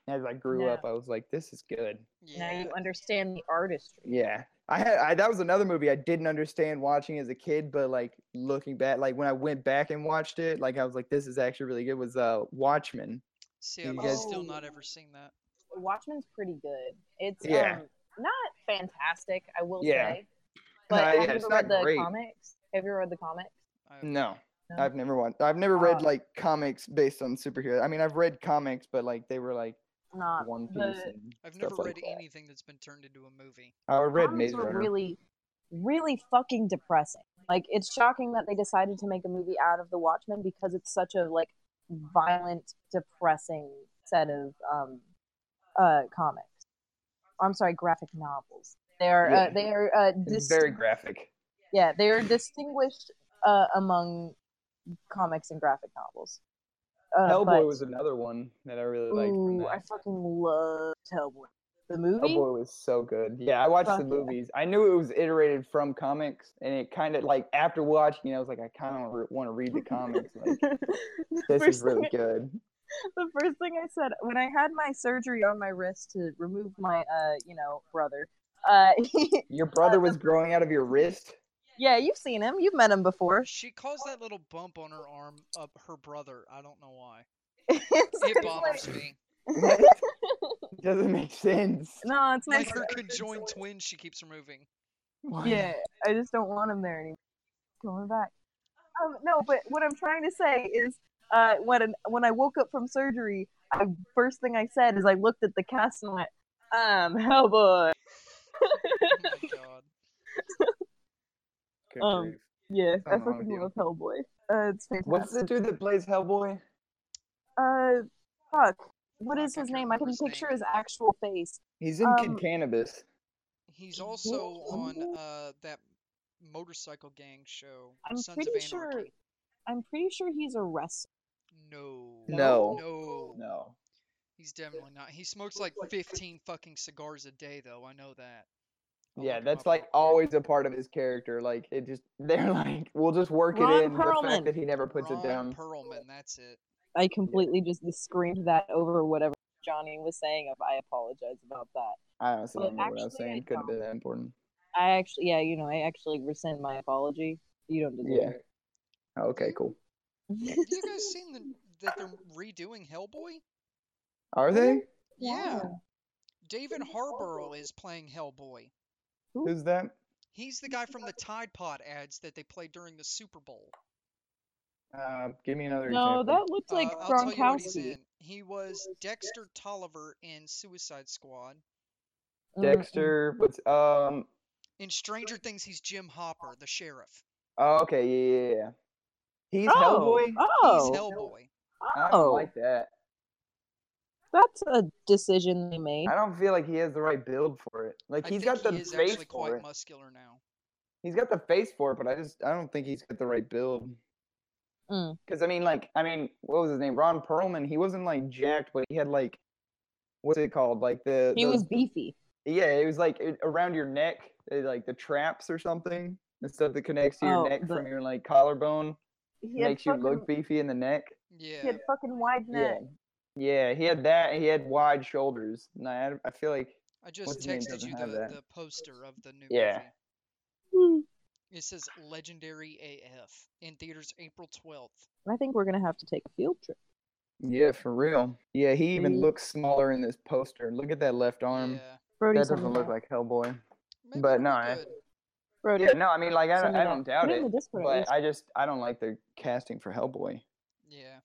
Speaker 2: as I grew
Speaker 1: No.
Speaker 2: up, I was like, "This is good."
Speaker 1: Now
Speaker 3: Yeah.
Speaker 1: you understand the artistry.
Speaker 2: Yeah, I had I, that was another movie I didn't understand watching as a kid, but like looking back, like when I went back and watched it, like I was like, "This is actually really good." Was uh Watchmen?
Speaker 3: See,
Speaker 2: You
Speaker 3: I've
Speaker 2: guys-
Speaker 3: still
Speaker 1: Oh.
Speaker 3: not ever seen that.
Speaker 1: Watchmen's pretty good. It's
Speaker 2: Yeah.
Speaker 1: um, not fantastic, I will
Speaker 2: Yeah.
Speaker 1: say. But
Speaker 2: Uh,
Speaker 1: have
Speaker 2: yeah,
Speaker 1: you
Speaker 2: it's
Speaker 1: ever
Speaker 2: not
Speaker 1: read the
Speaker 2: great.
Speaker 1: comics? Have you read the comics?
Speaker 3: I-
Speaker 2: No.
Speaker 1: No?
Speaker 2: I've never watched. I've never read
Speaker 1: Uh,
Speaker 2: like comics based on superheroes. I mean, I've read comics, but like they were like
Speaker 1: Not
Speaker 2: One Piece.
Speaker 1: the-
Speaker 2: and
Speaker 3: I've
Speaker 2: stuff
Speaker 3: never
Speaker 2: like
Speaker 3: read
Speaker 2: that.
Speaker 3: anything that's been turned into a movie.
Speaker 2: I read
Speaker 1: comics
Speaker 2: Maze
Speaker 1: were
Speaker 2: Runner.
Speaker 1: really, really fucking depressing. Like it's shocking that they decided to make a movie out of The Watchmen because it's such a like violent, depressing set of um, uh, comics. Oh, I'm sorry, graphic novels. They are
Speaker 2: Yeah.
Speaker 1: uh, they are uh,
Speaker 2: it's
Speaker 1: dis-
Speaker 2: very graphic.
Speaker 1: yeah they are distinguished uh, among comics and graphic novels. Uh,
Speaker 2: Hellboy
Speaker 1: but-
Speaker 2: was another one that I really liked. From
Speaker 1: Ooh, I
Speaker 2: that.
Speaker 1: fucking love Hellboy. The movie.
Speaker 2: Hellboy was so good. Yeah, I watched
Speaker 1: Fuck
Speaker 2: the
Speaker 1: yeah.
Speaker 2: movies. I knew it was iterated from comics, and it kind of like after watching, it, I was like, I kind of want to read the comics. Like,
Speaker 1: The
Speaker 2: this
Speaker 1: first
Speaker 2: is really
Speaker 1: thing-
Speaker 2: good.
Speaker 1: the first thing I said when I had my surgery on my wrist to remove my uh you know brother uh he-
Speaker 2: Your brother was growing out of your wrist.
Speaker 1: yeah you've seen him you've met him before
Speaker 3: She calls that little bump on her arm up her brother. I don't know why.
Speaker 1: It's
Speaker 3: It
Speaker 1: just
Speaker 3: bothers
Speaker 1: like-
Speaker 3: me.
Speaker 2: What? Doesn't make sense.
Speaker 1: no it's my
Speaker 3: Like her
Speaker 1: brother.
Speaker 3: conjoined twin, she keeps removing.
Speaker 2: Why?
Speaker 1: yeah I just don't want him there anymore going back um no but what I'm trying to say is uh when when I woke up from surgery I first thing I said is I looked at the cast and went um Hellboy
Speaker 3: Oh my god.
Speaker 2: Good
Speaker 1: Um,
Speaker 2: grief.
Speaker 1: yeah I
Speaker 2: Something wrong with
Speaker 1: fucking
Speaker 2: you.
Speaker 1: love Hellboy uh it's fantastic
Speaker 2: What's the dude that plays Hellboy?
Speaker 1: Uh, fuck. What
Speaker 3: Fuck,
Speaker 1: is
Speaker 3: I
Speaker 1: his
Speaker 3: can't
Speaker 1: name? I
Speaker 3: remember
Speaker 1: can
Speaker 3: his name.
Speaker 1: picture his actual face.
Speaker 2: He's in Kid
Speaker 1: Um,
Speaker 2: Cannabis.
Speaker 3: He's also on uh that motorcycle gang show,
Speaker 1: I'm
Speaker 3: Sons
Speaker 1: pretty
Speaker 3: of Anarchy.
Speaker 1: sure. I'm pretty sure he's a wrestler.
Speaker 3: No.
Speaker 2: No.
Speaker 3: No.
Speaker 2: No.
Speaker 3: He's definitely not. He smokes like 15 fucking cigars a day, though. I know that. Oh I'll
Speaker 2: Yeah,
Speaker 3: look him
Speaker 2: that's
Speaker 3: up real
Speaker 2: like
Speaker 3: quick.
Speaker 2: always a part of his character. Like it just they're like, we'll just work
Speaker 1: Ron
Speaker 2: it in the
Speaker 1: Perlman.
Speaker 2: fact that he never puts
Speaker 3: Ron
Speaker 2: it down.
Speaker 3: Perlman, that's it.
Speaker 1: I completely just screamed that over whatever Johnny was saying. Of I apologize about that.
Speaker 2: I honestly
Speaker 1: Well,
Speaker 2: don't remember what I was
Speaker 1: actually, I
Speaker 2: saying. It couldn't have been that important.
Speaker 1: I actually, yeah, you know, I actually rescind my apology. You don't
Speaker 2: Yeah.
Speaker 1: deserve
Speaker 2: Oh, okay,
Speaker 1: Mm-hmm.
Speaker 2: cool.
Speaker 1: it.
Speaker 3: Have you guys seen the, that they're redoing Hellboy?
Speaker 2: Are
Speaker 1: Mm-hmm.
Speaker 2: they?
Speaker 3: Yeah. David Harbour is playing Hellboy.
Speaker 2: Who's that?
Speaker 3: He's the guy from the Tide Pod ads that they played during the Super Bowl.
Speaker 2: Uh, give me another
Speaker 1: No,
Speaker 2: example.
Speaker 1: that looked like
Speaker 3: Uh, I'll tell you what he's
Speaker 1: Gronkowski.
Speaker 3: in. He was Dexter Tolliver in Suicide Squad.
Speaker 1: Mm.
Speaker 2: Dexter. What's um?
Speaker 3: In Stranger Things, he's Jim Hopper, the sheriff.
Speaker 2: Oh, okay, yeah, yeah, yeah. He's
Speaker 1: Oh,
Speaker 2: Hellboy.
Speaker 1: oh,
Speaker 3: He's Hellboy.
Speaker 2: I don't
Speaker 1: oh,
Speaker 2: like that.
Speaker 1: that's a decision they made.
Speaker 2: I don't feel like he has the right build for it. Like
Speaker 3: I
Speaker 2: he's got
Speaker 3: think
Speaker 2: the
Speaker 3: he is
Speaker 2: face
Speaker 3: actually
Speaker 2: for
Speaker 3: quite
Speaker 2: it.
Speaker 3: muscular now.
Speaker 2: He's got the face for it, but I just I don't think he's got the right build.
Speaker 4: Mm.
Speaker 2: Because I mean, like, I mean, what was his name? Ron Perlman. He wasn't like jacked, but he had like, what's it called? Like the
Speaker 4: He
Speaker 2: those-
Speaker 4: was beefy.
Speaker 2: yeah, it was like it, around your neck, eh, like the traps or something, the stuff that connects to your
Speaker 4: Oh,
Speaker 2: neck
Speaker 4: the-
Speaker 2: from your like collarbone
Speaker 1: He had
Speaker 2: makes you look
Speaker 1: fucking-
Speaker 2: beefy in the neck.
Speaker 1: He
Speaker 3: Yeah.
Speaker 1: had fucking wide neck.
Speaker 2: Yeah, he had that. He had wide shoulders. And I, I feel like
Speaker 3: I just
Speaker 2: his name
Speaker 3: texted
Speaker 2: doesn't
Speaker 3: you the,
Speaker 2: have that.
Speaker 3: the poster of the new
Speaker 2: Yeah.
Speaker 3: movie. Hmm. It says Legendary AF in theaters April 12th.
Speaker 4: I think we're gonna have to take a field trip.
Speaker 2: Yeah, for real. Yeah, he even
Speaker 4: Mhm.
Speaker 2: looks smaller in this poster. Look at that left arm.
Speaker 3: yeah.
Speaker 4: Brody,
Speaker 2: That doesn't
Speaker 4: send me
Speaker 2: look
Speaker 4: that.
Speaker 2: like Hellboy.
Speaker 3: Maybe
Speaker 2: but
Speaker 3: we're
Speaker 2: no, I-
Speaker 3: good.
Speaker 4: Brody.
Speaker 2: Yeah, no, I mean, like, I,
Speaker 4: send
Speaker 2: don't-
Speaker 4: me
Speaker 2: I
Speaker 4: that.
Speaker 2: don't doubt
Speaker 4: Put it in
Speaker 2: it,
Speaker 4: the Discord at
Speaker 2: but
Speaker 4: least.
Speaker 2: I just, I don't like the casting for Hellboy.
Speaker 3: Yeah.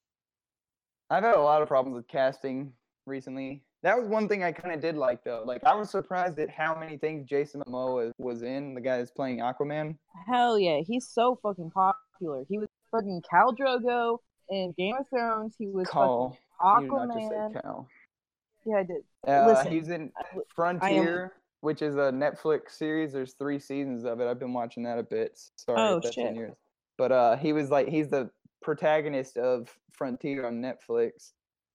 Speaker 2: I've had a lot of problems with casting recently. That was one thing I kind of did like, though. Like, I was surprised at how many things Jason Momoa was in. The guy that's playing Aquaman.
Speaker 4: Hell yeah, he's so fucking popular. He was fucking Cal Drogo in Game of Thrones. He was
Speaker 2: Call.
Speaker 4: fucking
Speaker 2: You did not just
Speaker 4: Aquaman.
Speaker 2: say Cal.
Speaker 4: Yeah, I did.
Speaker 2: Uh,
Speaker 4: Listen,
Speaker 2: he's in
Speaker 4: I- I am-
Speaker 2: Frontier, which is a Netflix series. There's three seasons of it. I've been watching that a bit. s- Sorry
Speaker 4: Oh,
Speaker 2: if that's
Speaker 4: shit.
Speaker 2: in yours. But uh, he was like he's the protagonist of Frontier on Netflix,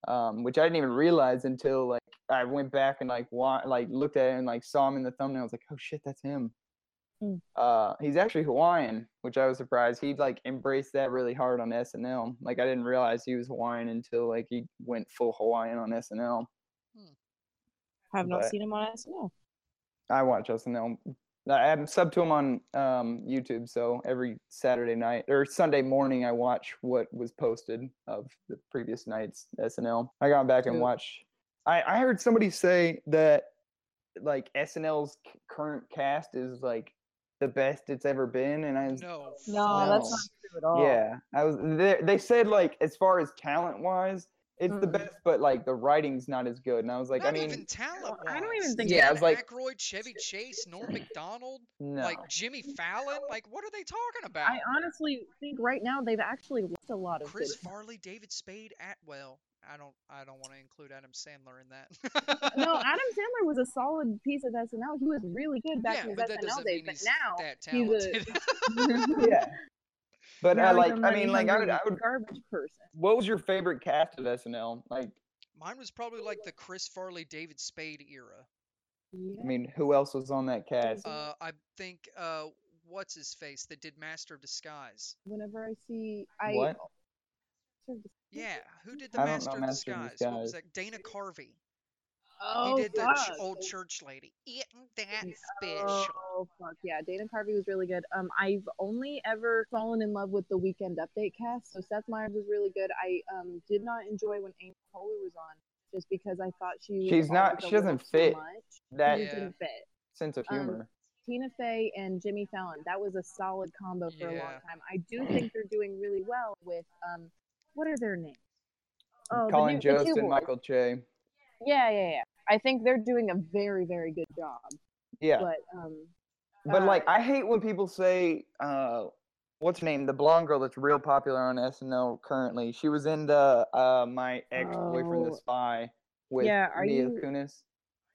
Speaker 2: um, which I didn't even realize until like I went back and like wa- like looked at it and like saw him in the thumbnail. I was like, oh shit, that's him.
Speaker 4: Mm.
Speaker 2: Uh, he's actually Hawaiian, which I was surprised. He like embraced that really hard on SNL. Like I didn't realize he was Hawaiian until like he went full Hawaiian on SNL.
Speaker 4: Have not
Speaker 2: but-
Speaker 4: seen him on SNL.
Speaker 2: I watch SNL. I- I'm sub to him on um, YouTube, so every Saturday night or Sunday morning, I watch what was posted of the previous night's SNL. I got back and
Speaker 4: Dude.
Speaker 2: watched. I, I heard somebody say that like SNL's c- current cast is like the best it's ever been, and I was
Speaker 3: No.
Speaker 4: No,
Speaker 2: that's
Speaker 3: false.
Speaker 4: True at all.
Speaker 2: yeah, I was. They, they said like as far as talent wise, it's the
Speaker 4: Mm-mm.
Speaker 2: best, but like the writing's not as good. And I was like,
Speaker 3: Mm-hmm. Not
Speaker 2: I mean,
Speaker 3: even talent.
Speaker 1: I don't even think
Speaker 2: Yeah, I was like-
Speaker 3: Aykroyd, Chevy Chase, Norm Macdonald,
Speaker 2: no.
Speaker 3: like Jimmy Fallon. Like, what are they talking about?
Speaker 1: I honestly think right now they've actually lost a lot of
Speaker 3: Chris
Speaker 1: good.
Speaker 3: Farley, David Spade, Atwell. I don't. I don't want to include Adam Sandler in that.
Speaker 1: No, Adam Sandler was a solid piece of SNL. He was really good back
Speaker 3: yeah,
Speaker 1: in his
Speaker 3: but that
Speaker 1: SNL
Speaker 3: doesn't
Speaker 1: days.
Speaker 3: mean
Speaker 1: But
Speaker 3: he's
Speaker 1: now,
Speaker 3: that
Speaker 1: he's a-
Speaker 3: talented.
Speaker 2: yeah. But
Speaker 1: now
Speaker 2: I
Speaker 1: he's
Speaker 2: like.
Speaker 1: a
Speaker 2: I mean, like I would.
Speaker 1: money-hungry
Speaker 2: I would
Speaker 1: garbage person.
Speaker 2: what was your favorite cast of SNL? Like,
Speaker 3: Mine was probably like the Chris Farley, David Spade era.
Speaker 2: I mean, who else was on that cast?
Speaker 3: Uh, I think uh, what's his face that did Master of Disguise.
Speaker 1: Whenever I see, I
Speaker 2: what?
Speaker 3: Yeah, who did the
Speaker 2: I don't
Speaker 3: Master,
Speaker 2: know
Speaker 3: of,
Speaker 2: Master of
Speaker 3: Disguise? What was that? Dana Carvey.
Speaker 1: Oh,
Speaker 3: he did the ch-
Speaker 1: fuck.
Speaker 3: old church lady. Eating that
Speaker 1: Yeah.
Speaker 3: special.
Speaker 1: Oh fuck yeah, Dana Carvey was really good. Um, I've only ever fallen in love with the Weekend Update cast, so Seth Meyers was really good. I um did not enjoy when Amy Poehler was on, just because I thought she was
Speaker 2: She's not-
Speaker 1: always a
Speaker 2: she doesn't
Speaker 1: little too
Speaker 2: fit
Speaker 1: much.
Speaker 2: That
Speaker 1: She
Speaker 3: Yeah.
Speaker 1: didn't fit.
Speaker 2: sense of
Speaker 1: Um,
Speaker 2: humor.
Speaker 1: Tina Fey and Jimmy Fallon, that was a solid combo for a long
Speaker 3: Yeah.
Speaker 1: time. I do think they're doing really well with um, what are their names? Oh, the
Speaker 2: Colin
Speaker 1: new- the
Speaker 2: Jost
Speaker 1: two
Speaker 2: and
Speaker 1: boys.
Speaker 2: Michael Che.
Speaker 1: Yeah, yeah, yeah. I think they're doing a very, very good job.
Speaker 2: Yeah,
Speaker 1: But um,
Speaker 2: but
Speaker 1: uh,
Speaker 2: like, I hate when people say, uh, "What's her name?" The blonde girl that's real popular on SNL currently. She was in the uh, my ex boyfriend,
Speaker 1: Oh.
Speaker 2: the spy, with
Speaker 1: Yeah, are
Speaker 2: Mia
Speaker 1: you-
Speaker 2: Kunis.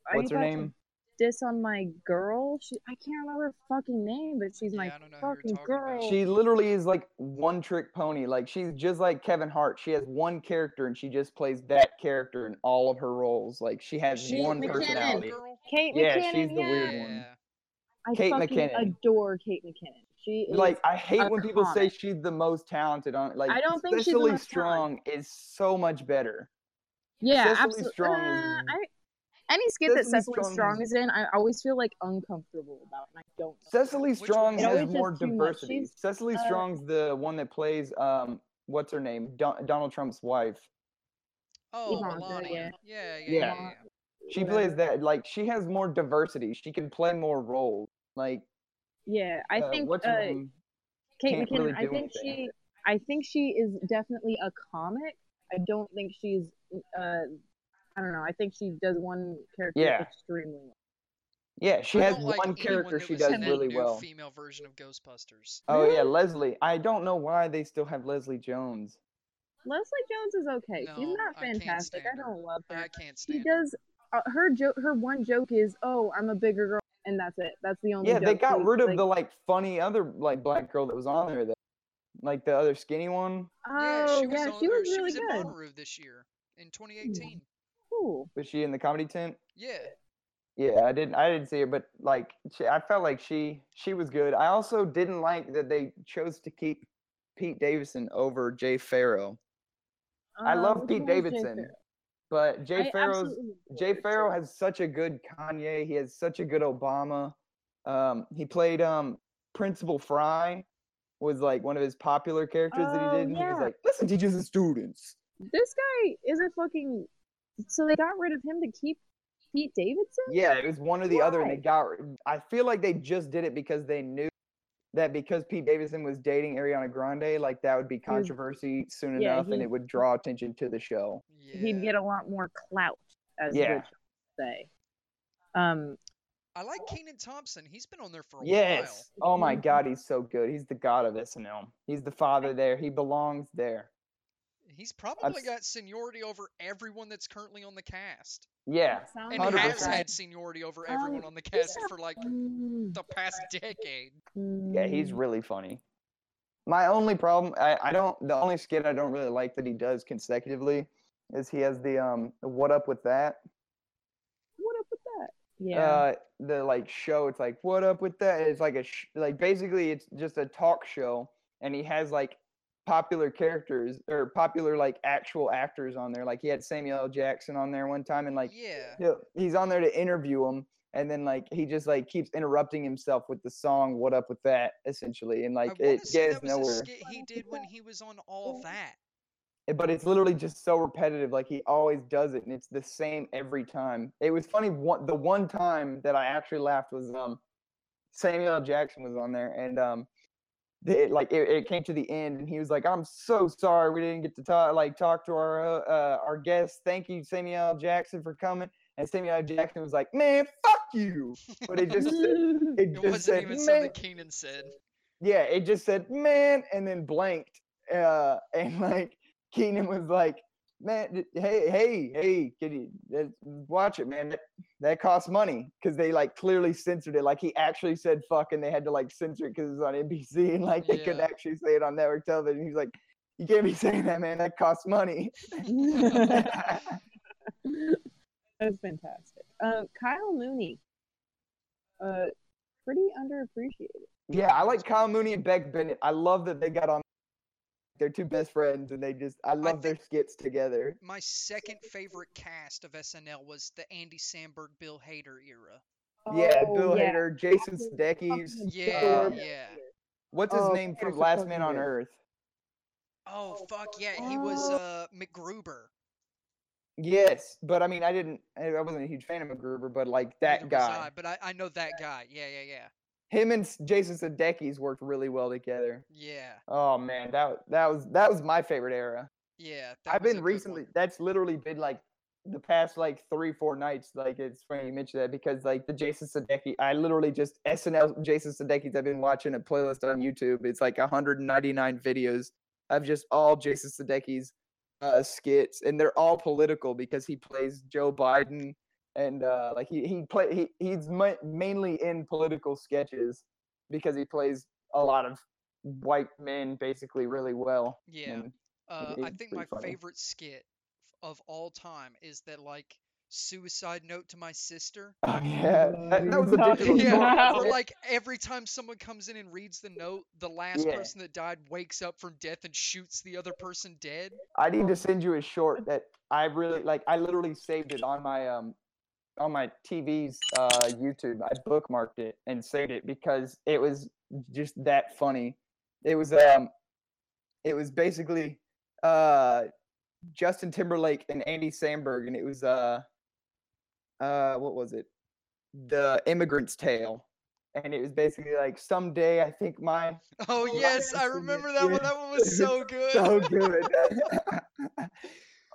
Speaker 1: are you
Speaker 2: What's her
Speaker 1: about to
Speaker 2: name?
Speaker 1: diss on my girl. She, I can't remember her fucking name, but she's
Speaker 3: Yeah,
Speaker 1: my
Speaker 3: I don't know who you're
Speaker 1: fucking
Speaker 3: talking about.
Speaker 1: girl.
Speaker 2: She literally is like one trick pony. Like she's just like Kevin Hart. She has one character and she just plays that character in all of her roles. Like she has
Speaker 3: She's
Speaker 2: one
Speaker 3: the blonde
Speaker 2: personality.
Speaker 3: girl?
Speaker 1: Kate
Speaker 2: Yeah,
Speaker 1: McKinnon.
Speaker 2: she's the weird
Speaker 1: yeah.
Speaker 2: one.
Speaker 3: Yeah.
Speaker 1: I
Speaker 2: Kate
Speaker 1: fucking
Speaker 2: McKinnon.
Speaker 1: adore Kate McKinnon. She is
Speaker 2: Like I hate when people say
Speaker 1: iconic.
Speaker 2: she's the most talented on like
Speaker 1: I don't think she's the
Speaker 2: Cecily
Speaker 1: most
Speaker 2: Strong
Speaker 1: talented.
Speaker 2: is so much better.
Speaker 1: yeah,
Speaker 2: Cecily
Speaker 1: absolutely.
Speaker 2: Strong is-
Speaker 1: Uh, I, any skit that
Speaker 2: Cecily
Speaker 1: Cecily
Speaker 2: Strong
Speaker 1: Strong,
Speaker 2: is-
Speaker 1: is in, I always feel like uncomfortable about, and I don't. know.
Speaker 2: Cecily
Speaker 3: Which
Speaker 2: Strong
Speaker 3: one? It
Speaker 2: has
Speaker 1: always
Speaker 2: more
Speaker 1: has too much.
Speaker 2: diversity.
Speaker 1: She's,
Speaker 2: Cecily
Speaker 1: uh,
Speaker 2: Strong's the one that plays um what's her name? Don- Donald Trump's wife.
Speaker 3: Oh,
Speaker 1: Ivanka,
Speaker 3: Melania. Yeah, yeah,
Speaker 2: Yeah.
Speaker 3: yeah.
Speaker 2: She
Speaker 1: whatever.
Speaker 2: plays that like she has more diversity. She can play more roles. Like
Speaker 1: Yeah, I
Speaker 2: uh,
Speaker 1: think
Speaker 2: what's
Speaker 1: uh,
Speaker 2: her name?
Speaker 1: Kate
Speaker 2: can't
Speaker 1: McKinnon.
Speaker 2: really
Speaker 1: I
Speaker 2: do
Speaker 1: think she.
Speaker 2: anything.
Speaker 1: I think she is definitely a comic. I don't think she's. Uh, I don't know. I think she does one character
Speaker 2: Yeah.
Speaker 1: extremely well.
Speaker 2: Yeah, she
Speaker 3: I
Speaker 2: has
Speaker 3: don't like
Speaker 2: one
Speaker 3: anyone
Speaker 2: character
Speaker 3: that
Speaker 2: she
Speaker 3: was
Speaker 2: does
Speaker 3: in that
Speaker 2: really
Speaker 3: new
Speaker 2: well.
Speaker 3: Female version of Ghostbusters.
Speaker 2: Oh
Speaker 1: Mm-hmm.
Speaker 2: yeah, Leslie. I don't know why they still have Leslie Jones.
Speaker 1: Leslie Jones is okay. She's
Speaker 3: No,
Speaker 1: not
Speaker 3: I can't
Speaker 1: fantastic. I,
Speaker 3: stand her.
Speaker 1: don't love her.
Speaker 3: I can't
Speaker 1: she
Speaker 3: stand. it.
Speaker 1: does uh, her joke. Her one joke is, "Oh, I'm a bigger girl," and that's it. That's the only.
Speaker 2: Yeah, they
Speaker 1: joke
Speaker 2: got
Speaker 1: she-
Speaker 2: rid of
Speaker 1: like,
Speaker 2: the like funny other like black girl that was on there though. Like the other skinny one,
Speaker 3: yeah,
Speaker 1: Oh,
Speaker 3: she was,
Speaker 1: yeah,
Speaker 3: on,
Speaker 1: she
Speaker 3: or
Speaker 1: was
Speaker 3: she
Speaker 1: really
Speaker 3: was in
Speaker 1: good.
Speaker 3: Bonnaroo this year in 2018.
Speaker 1: Cool.
Speaker 2: was she in the comedy tent?
Speaker 3: Yeah,
Speaker 2: Yeah, I didn't. I didn't see it, but like, she, I felt like she she was good. I also didn't like that they chose to keep Pete Davidson over Jay Farrow. I
Speaker 1: Um,
Speaker 2: love
Speaker 1: which one
Speaker 2: Pete
Speaker 1: was Jay
Speaker 2: Davidson,
Speaker 1: Farrow?
Speaker 2: but Jay
Speaker 1: I
Speaker 2: Farrow's
Speaker 1: absolutely adore
Speaker 2: Jay
Speaker 1: Jay
Speaker 2: Farrow has such a good Kanye. He has such a good Obama. Um, he played um, Principal Fry was like one of his popular characters that
Speaker 1: Oh,
Speaker 2: he did. And He was
Speaker 1: yeah.
Speaker 2: like, "Listen, teachers and students."
Speaker 1: this guy is a fucking. So they got rid of him to keep Pete Davidson.
Speaker 2: Yeah, it was one or the other, and they
Speaker 1: Why?
Speaker 2: got. r- I feel like they just did it because they knew that because Pete Davidson was dating Ariana Grande, like that would be controversy soon
Speaker 1: yeah,
Speaker 2: enough, and
Speaker 1: he-
Speaker 2: it would draw attention to the show.
Speaker 3: yeah.
Speaker 1: He'd get a lot more clout, as
Speaker 2: Yeah.
Speaker 1: Rich would say. Um,
Speaker 3: I like Keenan Thompson. He's been on there for a while.
Speaker 2: Yes. Oh my
Speaker 1: Mhm.
Speaker 2: God, he's so good. He's the god of SNL. He's the father there. He belongs there.
Speaker 3: He's probably
Speaker 2: s-
Speaker 3: got seniority over everyone that's currently on the cast,
Speaker 2: Yeah.
Speaker 1: sounds
Speaker 3: and
Speaker 1: like-
Speaker 3: has
Speaker 2: 100%.
Speaker 3: had seniority over everyone
Speaker 1: Um,
Speaker 3: on the
Speaker 1: he's
Speaker 3: cast
Speaker 1: not-
Speaker 3: for like
Speaker 1: Mm,
Speaker 3: the past decade.
Speaker 2: Yeah, he's
Speaker 1: mm.
Speaker 2: really funny. My only problem, I, I don't, the only skit I don't really like that he does consecutively is he has the, um, the what up with that?
Speaker 4: What up with that?
Speaker 1: yeah.
Speaker 2: Uh, the like show, it's like, what up with that? It's like a, sh- like basically it's just a talk show and he has like popular characters or popular like actual actors on there. Like he had Samuel L. Jackson on there one time and like,
Speaker 3: yeah,
Speaker 2: Yeah, he's on there to interview him, and then like he just like keeps interrupting himself with the song "What Up with That" essentially, and like
Speaker 3: I want
Speaker 2: it
Speaker 3: to say
Speaker 2: gets
Speaker 3: that was a
Speaker 2: nowhere.
Speaker 3: skit he did when he was on All That.
Speaker 2: But it's literally just so repetitive. Like he always does it, and it's the same every time. It was funny. One the one time that I actually laughed was um Samuel L. Jackson was on there, and um. the- It, like it, it came to the end, and he was like, "I'm so sorry we didn't get to talk like talk to our uh, uh, our guests. Thank you, Samuel L. Jackson, for coming." And Samuel L. Jackson was like, "Man, fuck you!" But it just it,
Speaker 3: It
Speaker 2: just
Speaker 3: wasn't
Speaker 2: said,
Speaker 3: even
Speaker 2: "Man."
Speaker 3: something Keenan said.
Speaker 2: Yeah, it just said man and then blanked. Uh, and like Keenan was like, man, d- hey, hey, hey, can you that- watch it, man? That, that costs money because they like clearly censored it. Like he actually said fuck and they had to like censor it because it's on NBC and like they couldn't
Speaker 3: Yeah.
Speaker 2: actually say it on network television. He's like, you can't be saying that, man. That costs money.
Speaker 4: That's fantastic.
Speaker 1: Uh,
Speaker 4: Um, Kyle Mooney. Uh, pretty underappreciated.
Speaker 2: Yeah, I like Kyle Mooney and Beck Bennett. I love that they got on. They're two best friends, and they just I love their skits together.
Speaker 3: My second favorite cast of SNL was the Andy Samberg, Bill Hader era.
Speaker 2: Yeah,
Speaker 4: Oh,
Speaker 2: Bill
Speaker 4: yeah.
Speaker 2: Hader, Jason
Speaker 4: Fucking
Speaker 2: Sudeikis.
Speaker 3: Yeah,
Speaker 2: Sure.
Speaker 3: yeah.
Speaker 2: What's his
Speaker 4: Oh,
Speaker 2: name from
Speaker 4: Peter's a
Speaker 2: Last
Speaker 4: fucking
Speaker 2: Man on
Speaker 4: dick.
Speaker 2: Earth?
Speaker 3: Oh fuck yeah, he was uh McGruber.
Speaker 2: Yes, but I mean, I didn't. I I wasn't a huge fan of MacGruber, but like
Speaker 3: Neither
Speaker 2: that
Speaker 3: was
Speaker 2: guy,
Speaker 3: I, but I, I know that guy. Yeah, yeah,
Speaker 2: him and S- Jason Sudeikis worked really well together.
Speaker 3: yeah, yeah,
Speaker 2: Oh man, that w- that was that was my favorite era.
Speaker 3: yeah. that
Speaker 2: I've
Speaker 3: was a
Speaker 2: been
Speaker 3: good one.
Speaker 2: recently. That's literally been like the past like three four nights. Like it's funny you mentioned that because like the Jason Sudeikis, I literally just SNL Jason Sudeikis. I've been watching a playlist on YouTube. It's like 199 videos of just all Jason Sudeikis uh, skits, and they're all political because he plays Joe Biden and uh, like he he play he he's ma- mainly in political sketches because he plays a lot of white men basically really well.
Speaker 3: Yeah.
Speaker 2: and-
Speaker 3: Uh,
Speaker 2: It
Speaker 3: I
Speaker 2: is
Speaker 3: think my
Speaker 2: pretty funny.
Speaker 3: favorite skit of all time is that like suicide note to my sister.
Speaker 2: Oh yeah, that, that was a
Speaker 4: Yeah.
Speaker 2: digital
Speaker 4: Yeah.
Speaker 2: short.
Speaker 3: Or
Speaker 2: Yeah.
Speaker 3: like every time someone comes in and reads the note, the last
Speaker 2: Yeah.
Speaker 3: person that died wakes up from death and shoots the other person dead.
Speaker 2: I need to send you a short that I really like. I literally saved it on my um on my TV's uh, YouTube. I bookmarked it and saved it because it was just that funny. It was um, it was basically uh Justin Timberlake and Andy Samberg, and it was uh uh what was it? The Immigrant's Tale. And it was basically like someday I think my
Speaker 3: Oh
Speaker 2: Oh, I
Speaker 3: yes, I
Speaker 2: see it.
Speaker 3: remember that one.
Speaker 2: Yeah.
Speaker 3: That one was so good.
Speaker 2: so good.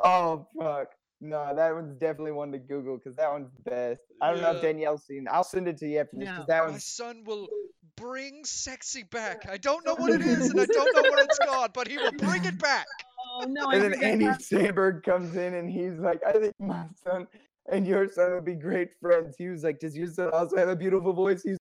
Speaker 2: oh fuck. No, that one's definitely one to Google because that one's best. I don't know if
Speaker 3: Yeah. Oh,
Speaker 2: Danielle's seen. it. I'll send it to you after this because that
Speaker 3: My
Speaker 2: one's
Speaker 3: son will bring sexy back. I don't know what it is and I don't know where it's gone, but he will bring it back.
Speaker 4: Oh no!
Speaker 2: and then Andy Sandberg comes in and he's like, I think my son and your son would be great friends. He was like, Does your son also have a beautiful voice? He's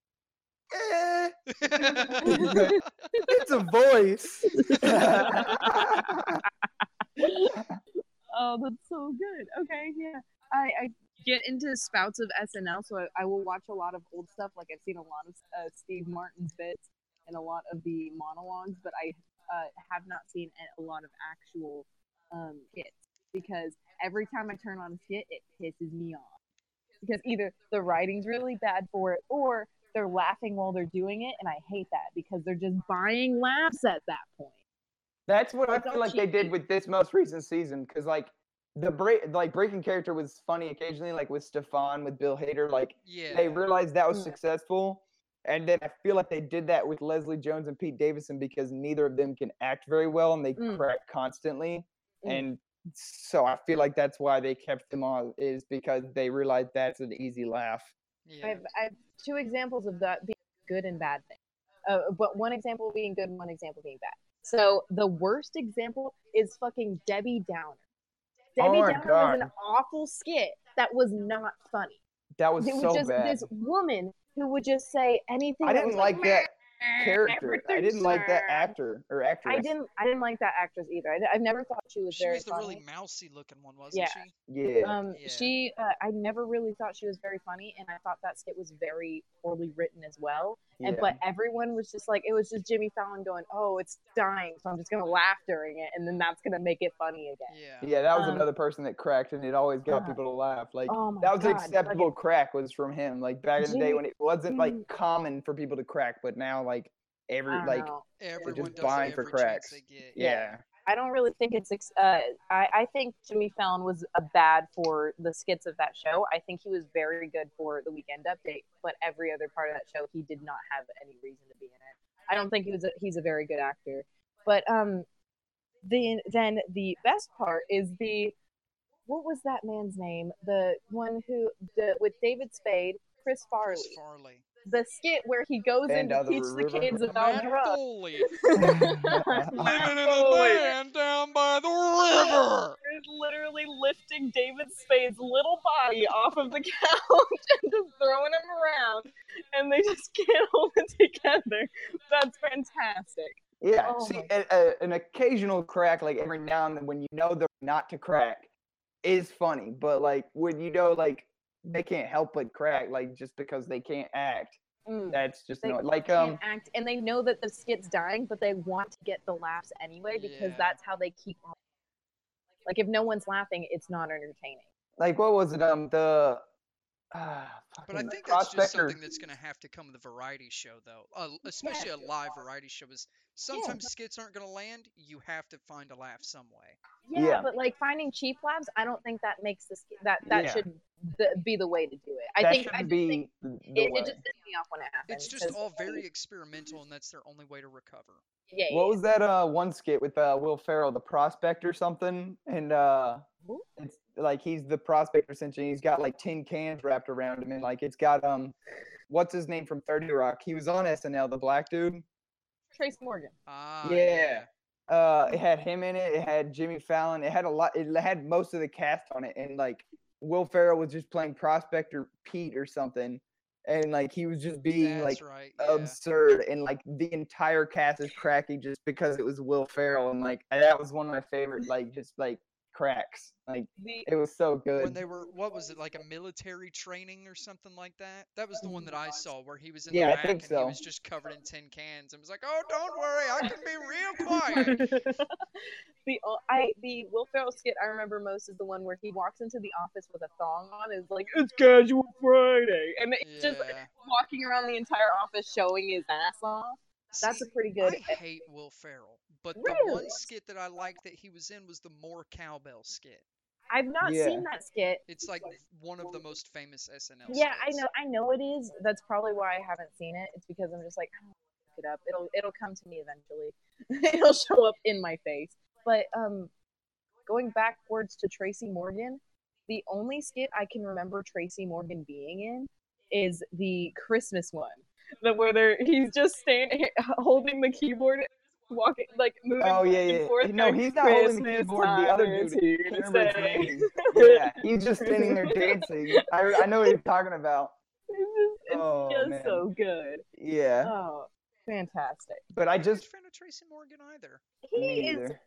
Speaker 2: eh. it's a voice.
Speaker 4: oh, that's so good. Okay, yeah. I, I get into spouts of SNL, so I, I will watch a lot of old stuff. Like I've seen a lot of uh, Steve Martin's bits and a lot of the monologues, but I uh, have not seen a lot of actual um, skits because every time I turn on a skit, it pisses me off. Because either the writing's really bad for it, or they're laughing while they're doing it, and I hate that because they're just buying laughs at that point.
Speaker 2: That's what I
Speaker 4: Like,
Speaker 2: feel
Speaker 4: don't
Speaker 2: like they
Speaker 4: cheat
Speaker 2: did
Speaker 4: me.
Speaker 2: with this most recent season because like the break like breaking character was funny occasionally like with Stefan with Bill Hader like
Speaker 3: yeah.
Speaker 2: they realized that was
Speaker 1: Hmm.
Speaker 4: Mm.
Speaker 2: successful and then I feel like they did that with Leslie Jones and Pete Davidson because neither of them can act very well and they
Speaker 4: Mm.
Speaker 2: crack constantly
Speaker 4: Mm.
Speaker 2: and so I feel like that's why they kept them on is because they realized that's an easy laugh.
Speaker 3: yeah.
Speaker 1: I have, I have two examples of that being good and bad thing, uh, but one example being good and one example being bad. So the worst example is fucking Debbie Downer. Debbie
Speaker 2: Oh my
Speaker 1: Downer was
Speaker 2: God.
Speaker 1: an awful skit that was not funny.
Speaker 2: That was
Speaker 1: it was
Speaker 2: so
Speaker 1: just
Speaker 2: bad.
Speaker 1: this woman who would just say anything.
Speaker 2: I
Speaker 1: that
Speaker 2: didn't
Speaker 1: was
Speaker 2: like that
Speaker 1: "Meh,
Speaker 2: character. I didn't like that
Speaker 1: sir."
Speaker 2: actor or actress.
Speaker 1: I didn't. I didn't like that actress either. I, have never thought she was
Speaker 3: She
Speaker 1: very
Speaker 3: was the
Speaker 1: funny.
Speaker 3: really mousy looking one, wasn't
Speaker 1: Yeah.
Speaker 3: she?
Speaker 2: Yeah.
Speaker 1: Um,
Speaker 3: Yeah.
Speaker 1: she, uh, I never really thought she was very funny, and I thought that skit was very poorly written as well. And
Speaker 2: yeah.
Speaker 1: but everyone was just like, it was just Jimmy Fallon going, "Oh, it's dying, so I'm just gonna laugh during it, and then that's gonna make it funny again."
Speaker 3: Yeah.
Speaker 2: Yeah, that was
Speaker 1: Um,
Speaker 2: another person that cracked, and it always got
Speaker 1: uh,
Speaker 2: people to laugh. Like
Speaker 1: oh my
Speaker 2: that was
Speaker 1: god!
Speaker 2: an acceptable crack was from him. Like back in the day
Speaker 1: Jimmy-
Speaker 2: when it wasn't like
Speaker 1: Jimmy-
Speaker 2: common for people to crack, but now like every
Speaker 1: Like, I don't
Speaker 2: like
Speaker 1: know.
Speaker 3: Everyone
Speaker 2: just
Speaker 3: does
Speaker 2: buying
Speaker 3: it
Speaker 2: for
Speaker 3: every chance
Speaker 2: cracks.
Speaker 3: they get.
Speaker 2: yeah.
Speaker 1: I don't really think it's. ex- Uh, I I think Jimmy Fallon was a bad for the skits of that show. I think he was very good for the Weekend Update, but every other part of that show, he did not have any reason to be in it. I don't think he was. A, he's a very good actor, but um, then then the best part is the what was that man's name? The one who the with David Spade, Chris Farley,
Speaker 3: Chris Farley.
Speaker 1: the skit where he goes in
Speaker 2: And
Speaker 1: to
Speaker 2: other
Speaker 1: teach the
Speaker 2: river-
Speaker 1: kids about
Speaker 3: Matt
Speaker 1: drugs.
Speaker 3: Foley living in a
Speaker 1: Foley.
Speaker 3: van down by the river.
Speaker 4: is literally lifting David Spade's little body off of the couch and just throwing him around, and they just can't hold it together. That's fantastic.
Speaker 2: Yeah,
Speaker 1: Oh
Speaker 2: see,
Speaker 1: my
Speaker 2: a, a, an occasional crack, like every now and then, when you know they're not to crack, is funny. But like when you know, like they can't help but crack, like just because they can't act,
Speaker 1: Mm.
Speaker 2: that's just
Speaker 1: They
Speaker 2: not like
Speaker 1: can't
Speaker 2: um.
Speaker 1: act and they know that the skit's dying but they want to get the laughs anyway because
Speaker 3: Yeah.
Speaker 1: that's how they keep on like if no one's laughing it's not entertaining
Speaker 2: like what was it? Um, the. Uh,
Speaker 3: But I
Speaker 2: fucking
Speaker 3: think that's just
Speaker 2: Prospector-
Speaker 3: something that's going to have to come with a variety show, though. Uh, especially a live variety show is sometimes skits aren't going to land. You have to find a laugh some way.
Speaker 1: yeah,
Speaker 2: Yeah.
Speaker 1: but like finding cheap laughs i don't think that makes the skit that that
Speaker 2: Yeah.
Speaker 1: should th- be the way to do it i
Speaker 2: that
Speaker 1: think
Speaker 2: should
Speaker 1: i just
Speaker 2: be
Speaker 1: think
Speaker 2: the
Speaker 1: it,
Speaker 2: way.
Speaker 1: it just pissed me off when it happened
Speaker 3: It's just
Speaker 1: 'cause-
Speaker 3: all very experimental, and that's their only way to recover.
Speaker 1: yeah, yeah,
Speaker 2: What was that uh one skit with uh Will Ferrell, the prospect or something? And uh
Speaker 1: Who?
Speaker 2: it's like he's the prospect essentially. He's got like tin cans wrapped around him and like it's got um what's his name from 30 Rock? He was on SNL, the black dude.
Speaker 1: yeah. trace morgan
Speaker 3: Ah,
Speaker 2: Yeah. Uh it had him in it, it had Jimmy Fallon, it had a lot it had most of the cast on it and like Will Ferrell was just playing prospector Pete or something and like he was just being
Speaker 3: That's
Speaker 2: like um,
Speaker 3: right. Yeah.
Speaker 2: absurd and like the entire cast is cracking just because it was Will Ferrell and like that was one of my favorite like just like cracks like
Speaker 4: The
Speaker 2: it was so good.
Speaker 3: when they were, what was it like a military training or something like that? That was the one that I saw where he was in
Speaker 2: Yeah, I
Speaker 3: the back
Speaker 2: think
Speaker 3: and
Speaker 2: so.
Speaker 3: he was just covered in tin cans and was like, "Oh, don't worry, I can be real quiet."
Speaker 4: the o- I the Will Ferrell skit I remember most is the one where he walks into the office with a thong on. Is like it's casual Friday, and it's just
Speaker 3: Yeah.
Speaker 4: walking around the entire office showing his ass off. That's
Speaker 3: See,
Speaker 4: a pretty good.
Speaker 3: I hate Will Ferrell, but the one
Speaker 4: Really?
Speaker 3: skit that I liked that he was in was the More Cowbell skit.
Speaker 1: i've not
Speaker 2: Yeah.
Speaker 1: seen that skit
Speaker 3: It's like one of the most famous SNL.
Speaker 1: yeah i
Speaker 3: skits.
Speaker 1: know i know it is that's probably why i haven't seen it it's because i'm just like i don't wanna look it up it'll it'll come to me eventually it'll show up in my face but um going backwards to tracy morgan the only skit i can remember tracy morgan being in is the christmas one
Speaker 4: the where they're he's just standing holding the keyboard, walking like moving
Speaker 2: Oh,
Speaker 4: back
Speaker 2: yeah, yeah.
Speaker 4: and forth.
Speaker 2: No,
Speaker 4: going,
Speaker 2: he's not holding the
Speaker 4: "Christmas
Speaker 2: keyboard, the other
Speaker 4: time is
Speaker 2: dude
Speaker 4: here
Speaker 2: Can't
Speaker 4: to
Speaker 2: remember his
Speaker 4: stay."
Speaker 2: name. yeah, he's just standing there dancing. I, I know what you're talking about.
Speaker 4: It's just- it's
Speaker 2: Oh,
Speaker 1: just
Speaker 2: man.
Speaker 1: so good.
Speaker 2: Yeah,
Speaker 1: Oh, fantastic.
Speaker 2: but I
Speaker 3: I'm not a
Speaker 2: just
Speaker 3: huge fan of Tracy Morgan either.
Speaker 1: He
Speaker 2: Me
Speaker 1: is.
Speaker 2: neither.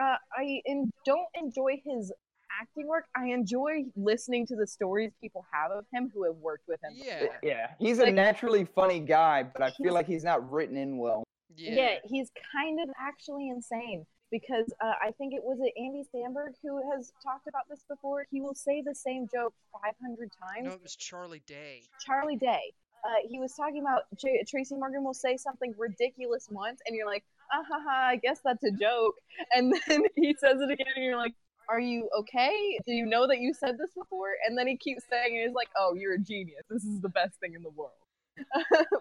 Speaker 1: Uh, I in, don't enjoy his acting work. I enjoy listening to the stories people have of him who have worked with him.
Speaker 3: Yeah,
Speaker 1: before.
Speaker 2: yeah, he's a
Speaker 1: Like-
Speaker 2: naturally funny guy, but I feel
Speaker 1: He's-
Speaker 2: like he's not written in well.
Speaker 3: yeah.
Speaker 1: he's kind of actually insane because uh, I think it was it Andy Samberg who has talked about this before. He will say the same joke 500 times.
Speaker 3: No, it was Charlie Day.
Speaker 1: Charlie Day. Uh, he was talking about J- Tracy Morgan will say something ridiculous once, and you're like, ah ha ha, I guess that's a joke. And then he says it again, and you're like, are you okay? Do you know that you said this before? And then he keeps saying it. He's like, oh, you're a genius. This is the best thing in the world.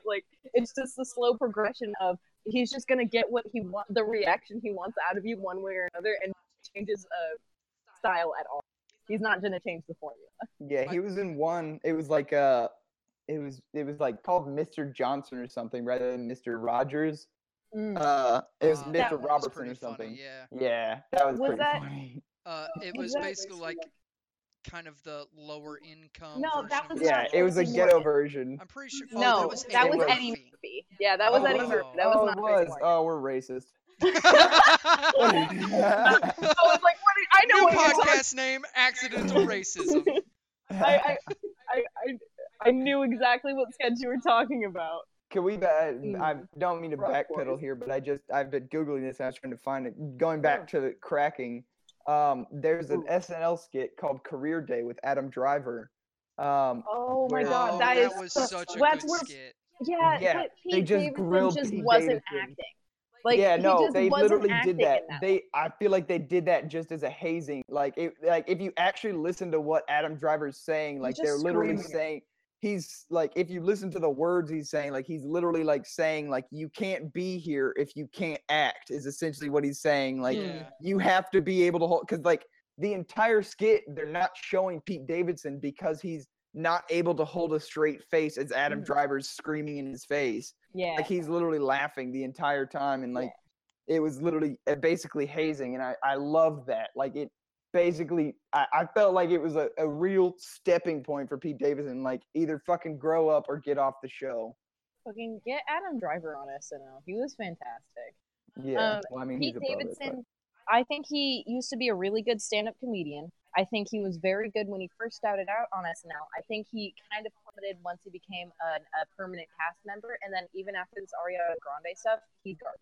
Speaker 1: like it's just the slow progression of he's just gonna get what he wants, the reaction he wants out of you one way or another, and changes uh, style at all. He's not gonna change the formula.
Speaker 2: Yeah, he was in one. It was like uh it was it was like called Mr. Johnson or something rather than Mr. Rogers. Uh, it was
Speaker 3: Uh,
Speaker 2: Mr.
Speaker 1: that
Speaker 3: one was
Speaker 2: Robertson
Speaker 3: pretty
Speaker 2: or something.
Speaker 3: Funny, yeah.
Speaker 2: yeah. that was,
Speaker 1: Was
Speaker 2: pretty
Speaker 1: that-
Speaker 2: funny.
Speaker 3: Uh, it was
Speaker 1: Exactly.
Speaker 3: basically like kind of the lower income.
Speaker 1: No,
Speaker 3: version
Speaker 1: that
Speaker 3: of
Speaker 1: was
Speaker 3: Tracy
Speaker 2: Yeah,
Speaker 1: not
Speaker 2: it was a
Speaker 1: Tracy
Speaker 3: Morgan.
Speaker 2: ghetto version.
Speaker 3: I'm pretty sure.
Speaker 1: no,
Speaker 3: oh, that was,
Speaker 1: that
Speaker 3: Eddie
Speaker 1: was
Speaker 2: Murphy.
Speaker 1: Eddie Murphy. Yeah, that was
Speaker 2: Oh,
Speaker 1: Eddie
Speaker 2: was it?
Speaker 1: Murphy. That was
Speaker 2: oh,
Speaker 1: not
Speaker 2: it
Speaker 1: Tracy
Speaker 2: was.
Speaker 1: Morgan.
Speaker 2: Oh, we're racist.
Speaker 1: I was like, what? Did, I know
Speaker 3: New
Speaker 1: what you're talking.
Speaker 3: podcast name: Accidental Racism.
Speaker 1: I, I, I, I, I knew exactly what sketch you were talking about.
Speaker 2: Can we? ba- I
Speaker 1: Mm.
Speaker 2: don't mean to
Speaker 1: Rough
Speaker 2: backpedal
Speaker 1: boys.
Speaker 2: here, but I just I've been googling this. and I was trying to find it. Going back to the cracking, um, there's an
Speaker 1: Ooh.
Speaker 2: SNL skit called Career Day with Adam Driver. Um,
Speaker 1: Oh my
Speaker 2: Where-
Speaker 1: god,
Speaker 3: oh,
Speaker 1: that
Speaker 3: that
Speaker 1: is
Speaker 3: was
Speaker 1: so-
Speaker 3: such a
Speaker 1: that's
Speaker 3: good
Speaker 1: where,
Speaker 3: skit.
Speaker 1: Yeah,
Speaker 2: Yeah,
Speaker 1: but
Speaker 2: they
Speaker 1: Pete
Speaker 2: just
Speaker 1: Davidson
Speaker 2: grilled
Speaker 1: just
Speaker 2: Pete
Speaker 1: wasn't
Speaker 2: Davidson.
Speaker 1: acting. Like,
Speaker 2: yeah,
Speaker 1: he
Speaker 2: no,
Speaker 1: just
Speaker 2: they
Speaker 1: wasn't
Speaker 2: literally
Speaker 1: acting
Speaker 2: did
Speaker 1: in
Speaker 2: that.
Speaker 1: that
Speaker 2: They, I feel like they did that just as a hazing. Like, it, like if you actually listen to what Adam Driver's saying, like they're
Speaker 1: just
Speaker 2: literally
Speaker 1: screaming it.
Speaker 2: saying, he's like, if you listen to the words he's saying, like he's literally like saying, like you can't be here if you can't act, is essentially what he's saying. Like
Speaker 1: Mm. Hmm.
Speaker 3: Yeah.
Speaker 2: you have to be able to hold, because like the entire skit, they're not showing Pete Davidson because he's not able to hold a straight face as Adam
Speaker 1: Mhm.
Speaker 2: Driver's screaming in his face
Speaker 1: Yeah.
Speaker 2: like he's literally laughing the entire time and
Speaker 1: Yeah.
Speaker 2: like it was literally uh, basically hazing and i i love that like it basically i, I felt like it was a, a real stepping point for pete davidson like either fucking grow up or get off the show
Speaker 1: Fucking get Adam Driver on SNL. He was fantastic.
Speaker 2: yeah
Speaker 1: Um,
Speaker 2: well i mean
Speaker 1: Pete
Speaker 2: he's above it, but-
Speaker 1: Davidson, I think he used to be a really good stand up comedian. I think he was very good when he first started out on SNL. I think he kind of plummeted once he became an, a permanent cast member. And then even after this Ariana Grande stuff, he garbage.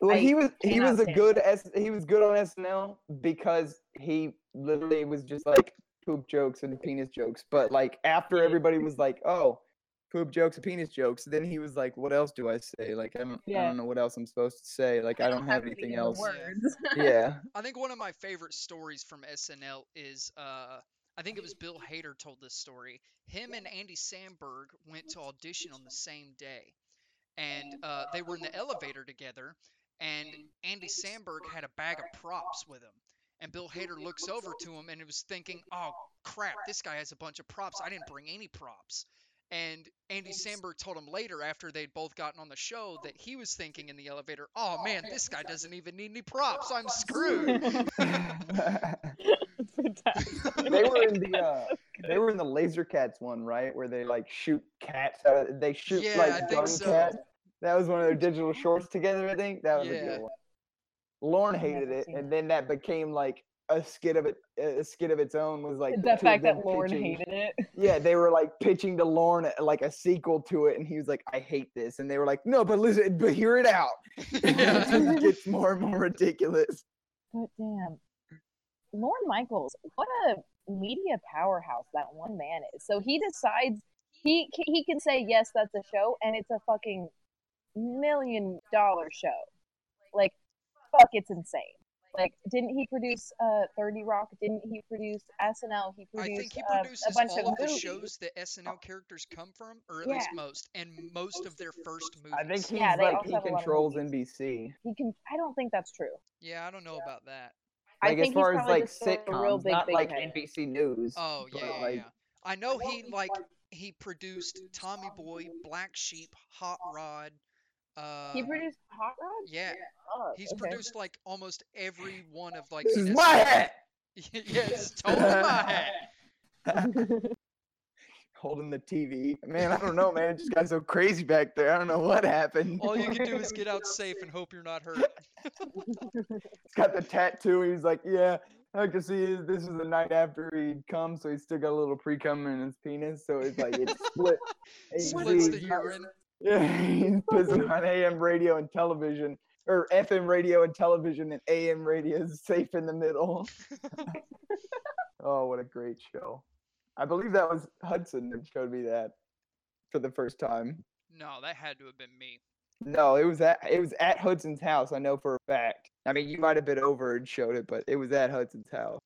Speaker 2: well
Speaker 1: I
Speaker 2: he was he
Speaker 1: cannot
Speaker 2: was a
Speaker 1: stand
Speaker 2: good S, he was good on snl because he literally was just like poop jokes and penis jokes but like after everybody was like oh poop jokes and penis jokes then he was like what else do i say like i don't, I
Speaker 1: Yeah.
Speaker 2: don't know what else i'm supposed to say like i don't have anything
Speaker 1: any other
Speaker 2: else
Speaker 1: Words.
Speaker 2: yeah
Speaker 3: I think one of my favorite stories from SNL is uh, I think it was Bill Hader told this story. Him and Andy Samberg went to audition on the same day, and uh, they were in the elevator together. And Andy Samberg had a bag of props with him, and Bill Hader looks over to him and was thinking, "Oh crap, this guy has a bunch of props. I didn't bring any props." And Andy Samberg told him later, after they'd both gotten on the show, that he was thinking in the elevator, "Oh man, this guy doesn't even need any props. I'm screwed."
Speaker 2: they
Speaker 1: It's fantastic.
Speaker 2: were in the uh, they were in the laser cats one right where they like shoot cats out of, they shoot
Speaker 3: Yeah,
Speaker 2: like
Speaker 3: I
Speaker 2: gun
Speaker 3: think so.
Speaker 2: cats that was one of their digital shorts together i think that was a
Speaker 3: Yeah.
Speaker 2: good one lauren
Speaker 1: I've never
Speaker 2: hated it
Speaker 1: seen
Speaker 2: and then that became like a skit of it a skit of its own was like the
Speaker 1: the
Speaker 2: two of
Speaker 1: fact
Speaker 2: them
Speaker 1: that Lauren
Speaker 2: pitching-
Speaker 1: hated it.
Speaker 2: yeah they were like pitching to lauren uh, like a sequel to it and he was like i hate this and they were like no but listen but hear it out
Speaker 3: Yeah.
Speaker 2: it gets more and more ridiculous
Speaker 1: But damn, Lorne Michaels, what a media powerhouse that one man is. So he decides he c- he can say yes, that's a show, and it's a fucking million dollar show. Like, fuck, it's insane. Like, didn't he produce uh, Thirty Rock? Didn't he produce SNL? He
Speaker 3: I
Speaker 1: produced
Speaker 3: think he
Speaker 1: uh,
Speaker 3: produces
Speaker 1: a bunch
Speaker 3: all
Speaker 1: of
Speaker 3: of the
Speaker 1: movies.
Speaker 3: shows that SNL characters come from, or at
Speaker 1: Yeah.
Speaker 3: least most, and most of their first movies.
Speaker 2: I think he's
Speaker 1: Yeah, they
Speaker 2: like
Speaker 1: also
Speaker 2: he
Speaker 1: have a lot of
Speaker 2: controls
Speaker 1: movies.
Speaker 2: NBC.
Speaker 1: He can. I don't think that's true.
Speaker 3: Yeah, I don't know about that.
Speaker 1: I
Speaker 2: Like
Speaker 1: think
Speaker 2: as
Speaker 1: he's
Speaker 2: far as
Speaker 1: probably
Speaker 2: like
Speaker 1: just a
Speaker 2: sitcoms,
Speaker 1: real big
Speaker 2: not
Speaker 1: big
Speaker 2: like
Speaker 1: head.
Speaker 2: NBC News.
Speaker 3: Oh
Speaker 2: but,
Speaker 3: yeah, yeah,
Speaker 2: like,
Speaker 3: yeah. I know he like he produced Tommy Boy, Black Sheep, Hot Rod. Uh,
Speaker 1: He produced Hot Rod.
Speaker 3: yeah,
Speaker 1: Oh,
Speaker 3: he's
Speaker 1: okay.
Speaker 3: produced like almost every one of like.
Speaker 2: this is
Speaker 3: SNL
Speaker 2: my hat.
Speaker 3: yes, totally my hat.
Speaker 2: holding the TV. Man, I don't know, man. It just got so crazy back there. I don't know what happened.
Speaker 3: All you can do is get out safe and hope you're not hurt.
Speaker 2: He's got the tattoo. He was like, yeah, I can see his, this is the night after he'd come, so he's still got a little pre cum in his penis. So it's like it's split. And you
Speaker 3: Splits
Speaker 2: see
Speaker 3: the
Speaker 2: he's-
Speaker 3: urine.
Speaker 2: Yeah, he's pissing on AM radio and television, or FM radio and television, and AM radio is safe in the middle. oh, what a great show! I believe that was Hudson that showed me that for the first time.
Speaker 3: No, that had to have been me.
Speaker 2: No, it was at it was at Hudson's house. I know for a fact. I mean, you might have been over and showed it, but it was at Hudson's house.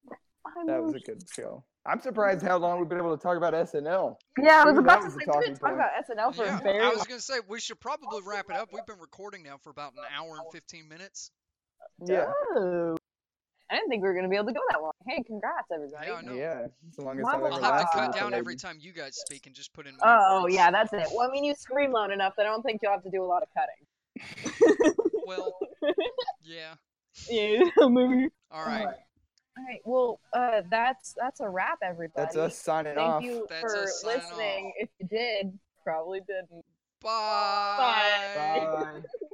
Speaker 1: I
Speaker 2: That was
Speaker 1: love-
Speaker 2: a good show. I'm surprised how long we've been able to talk about SNL.
Speaker 1: yeah, I was
Speaker 2: Even
Speaker 1: about
Speaker 2: that
Speaker 1: to
Speaker 2: was a
Speaker 1: say we've
Speaker 2: talking
Speaker 1: been talking about SNL for
Speaker 3: Yeah,
Speaker 1: a very
Speaker 3: I
Speaker 1: long
Speaker 3: was gonna say we should probably wrap it up. We've been recording now for about an hour and fifteen minutes.
Speaker 2: Yeah,
Speaker 1: Oh. I didn't think we were gonna be able to go that long. Hey, congrats everybody.
Speaker 3: Yeah, I know.
Speaker 2: yeah. It's the longest
Speaker 1: Why
Speaker 2: I've
Speaker 1: would-
Speaker 2: ever
Speaker 3: I'll have to
Speaker 2: lasted
Speaker 3: cut
Speaker 2: with
Speaker 3: down
Speaker 2: a
Speaker 3: every
Speaker 2: lady.
Speaker 3: time you guys speak and just put in. my
Speaker 1: Oh
Speaker 3: words.
Speaker 1: yeah, that's it. Well, I mean, you scream loud enough that I don't think you'll have to do a lot of cutting.
Speaker 3: Well, yeah.
Speaker 1: Yeah, maybe.
Speaker 3: All right.
Speaker 1: All right. Well, uh, that's that's a wrap, everybody.
Speaker 2: That's us signing
Speaker 1: Thank
Speaker 2: off.
Speaker 1: you
Speaker 3: That's
Speaker 1: for
Speaker 3: us signing off.
Speaker 1: listening. If you did, probably didn't.
Speaker 3: Bye.
Speaker 2: Bye.